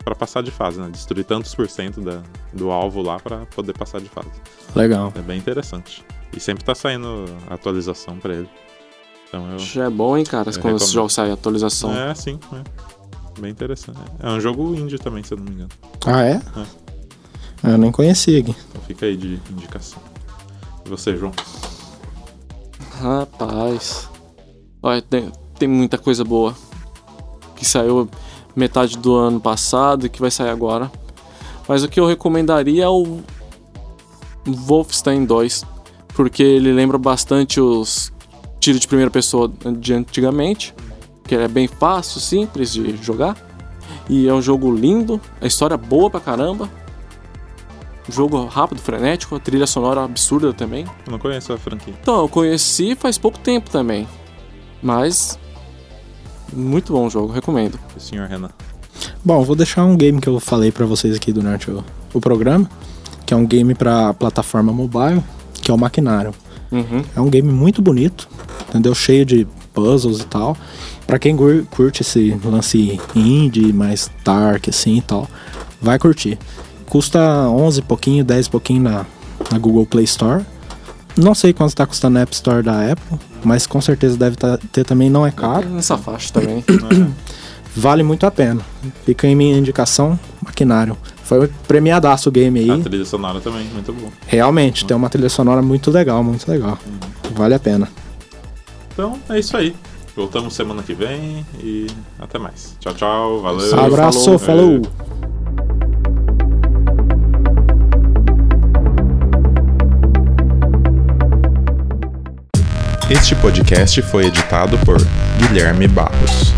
S1: pra passar de fase, né? Destruir tantos por cento da- do alvo lá pra poder passar de fase.
S2: Legal.
S1: É bem interessante. E sempre tá saindo atualização pra ele. Então eu.
S3: Já é bom, hein, cara,
S1: Eu
S3: quando
S1: recomendo.
S3: esse jogo sai atualização.
S1: É, sim, é. Bem interessante. É um jogo indie também, se eu não me engano.
S2: Ah, é? Ah, Eu nem conhecia aqui.
S1: Então fica aí de indicação. E você, João?
S3: Rapaz. Olha, tem, tem muita coisa boa. Que saiu metade do ano passado e que vai sair agora. Mas o que eu recomendaria é o Wolfenstein 2. Porque ele lembra bastante os tiros de primeira pessoa de antigamente. Que ele é bem fácil, simples de jogar. E é um jogo lindo, a história é boa pra caramba. Jogo rápido, frenético, a trilha sonora absurda também.
S1: Eu não conheço a franquia.
S3: Então, eu conheci faz pouco tempo também. Mas. Muito bom o jogo, recomendo.
S1: O senhor
S2: [CLEARS THROAT]
S1: Renan.
S2: Bom, vou deixar um game que eu falei pra vocês aqui durante o, o programa, que é um game pra plataforma mobile, que é o Maquinário.
S3: Uhum.
S2: É um game muito bonito, entendeu? Cheio de puzzles e tal. Pra quem gur- curte esse lance indie, mais dark assim e tal, vai curtir. Custa 11 e pouquinho, 10 e pouquinho na, na Google Play Store. Não sei quanto tá custando na App Store da Apple, mas com certeza deve tá- ter também, não é caro.
S3: Nessa faixa também.
S1: é?
S2: Vale muito a pena. Fica aí minha indicação, maquinário. Foi um premiadaço o game aí.
S1: A trilha sonora também, muito bom.
S2: Realmente, tem uma trilha sonora muito legal, muito legal. Vale a pena.
S1: Então é isso aí. Voltamos semana que vem e até mais. Tchau, tchau. Valeu.
S3: Falou,
S2: Abraço, falou.
S1: É. É.
S4: Este podcast foi editado por Guilherme Barros.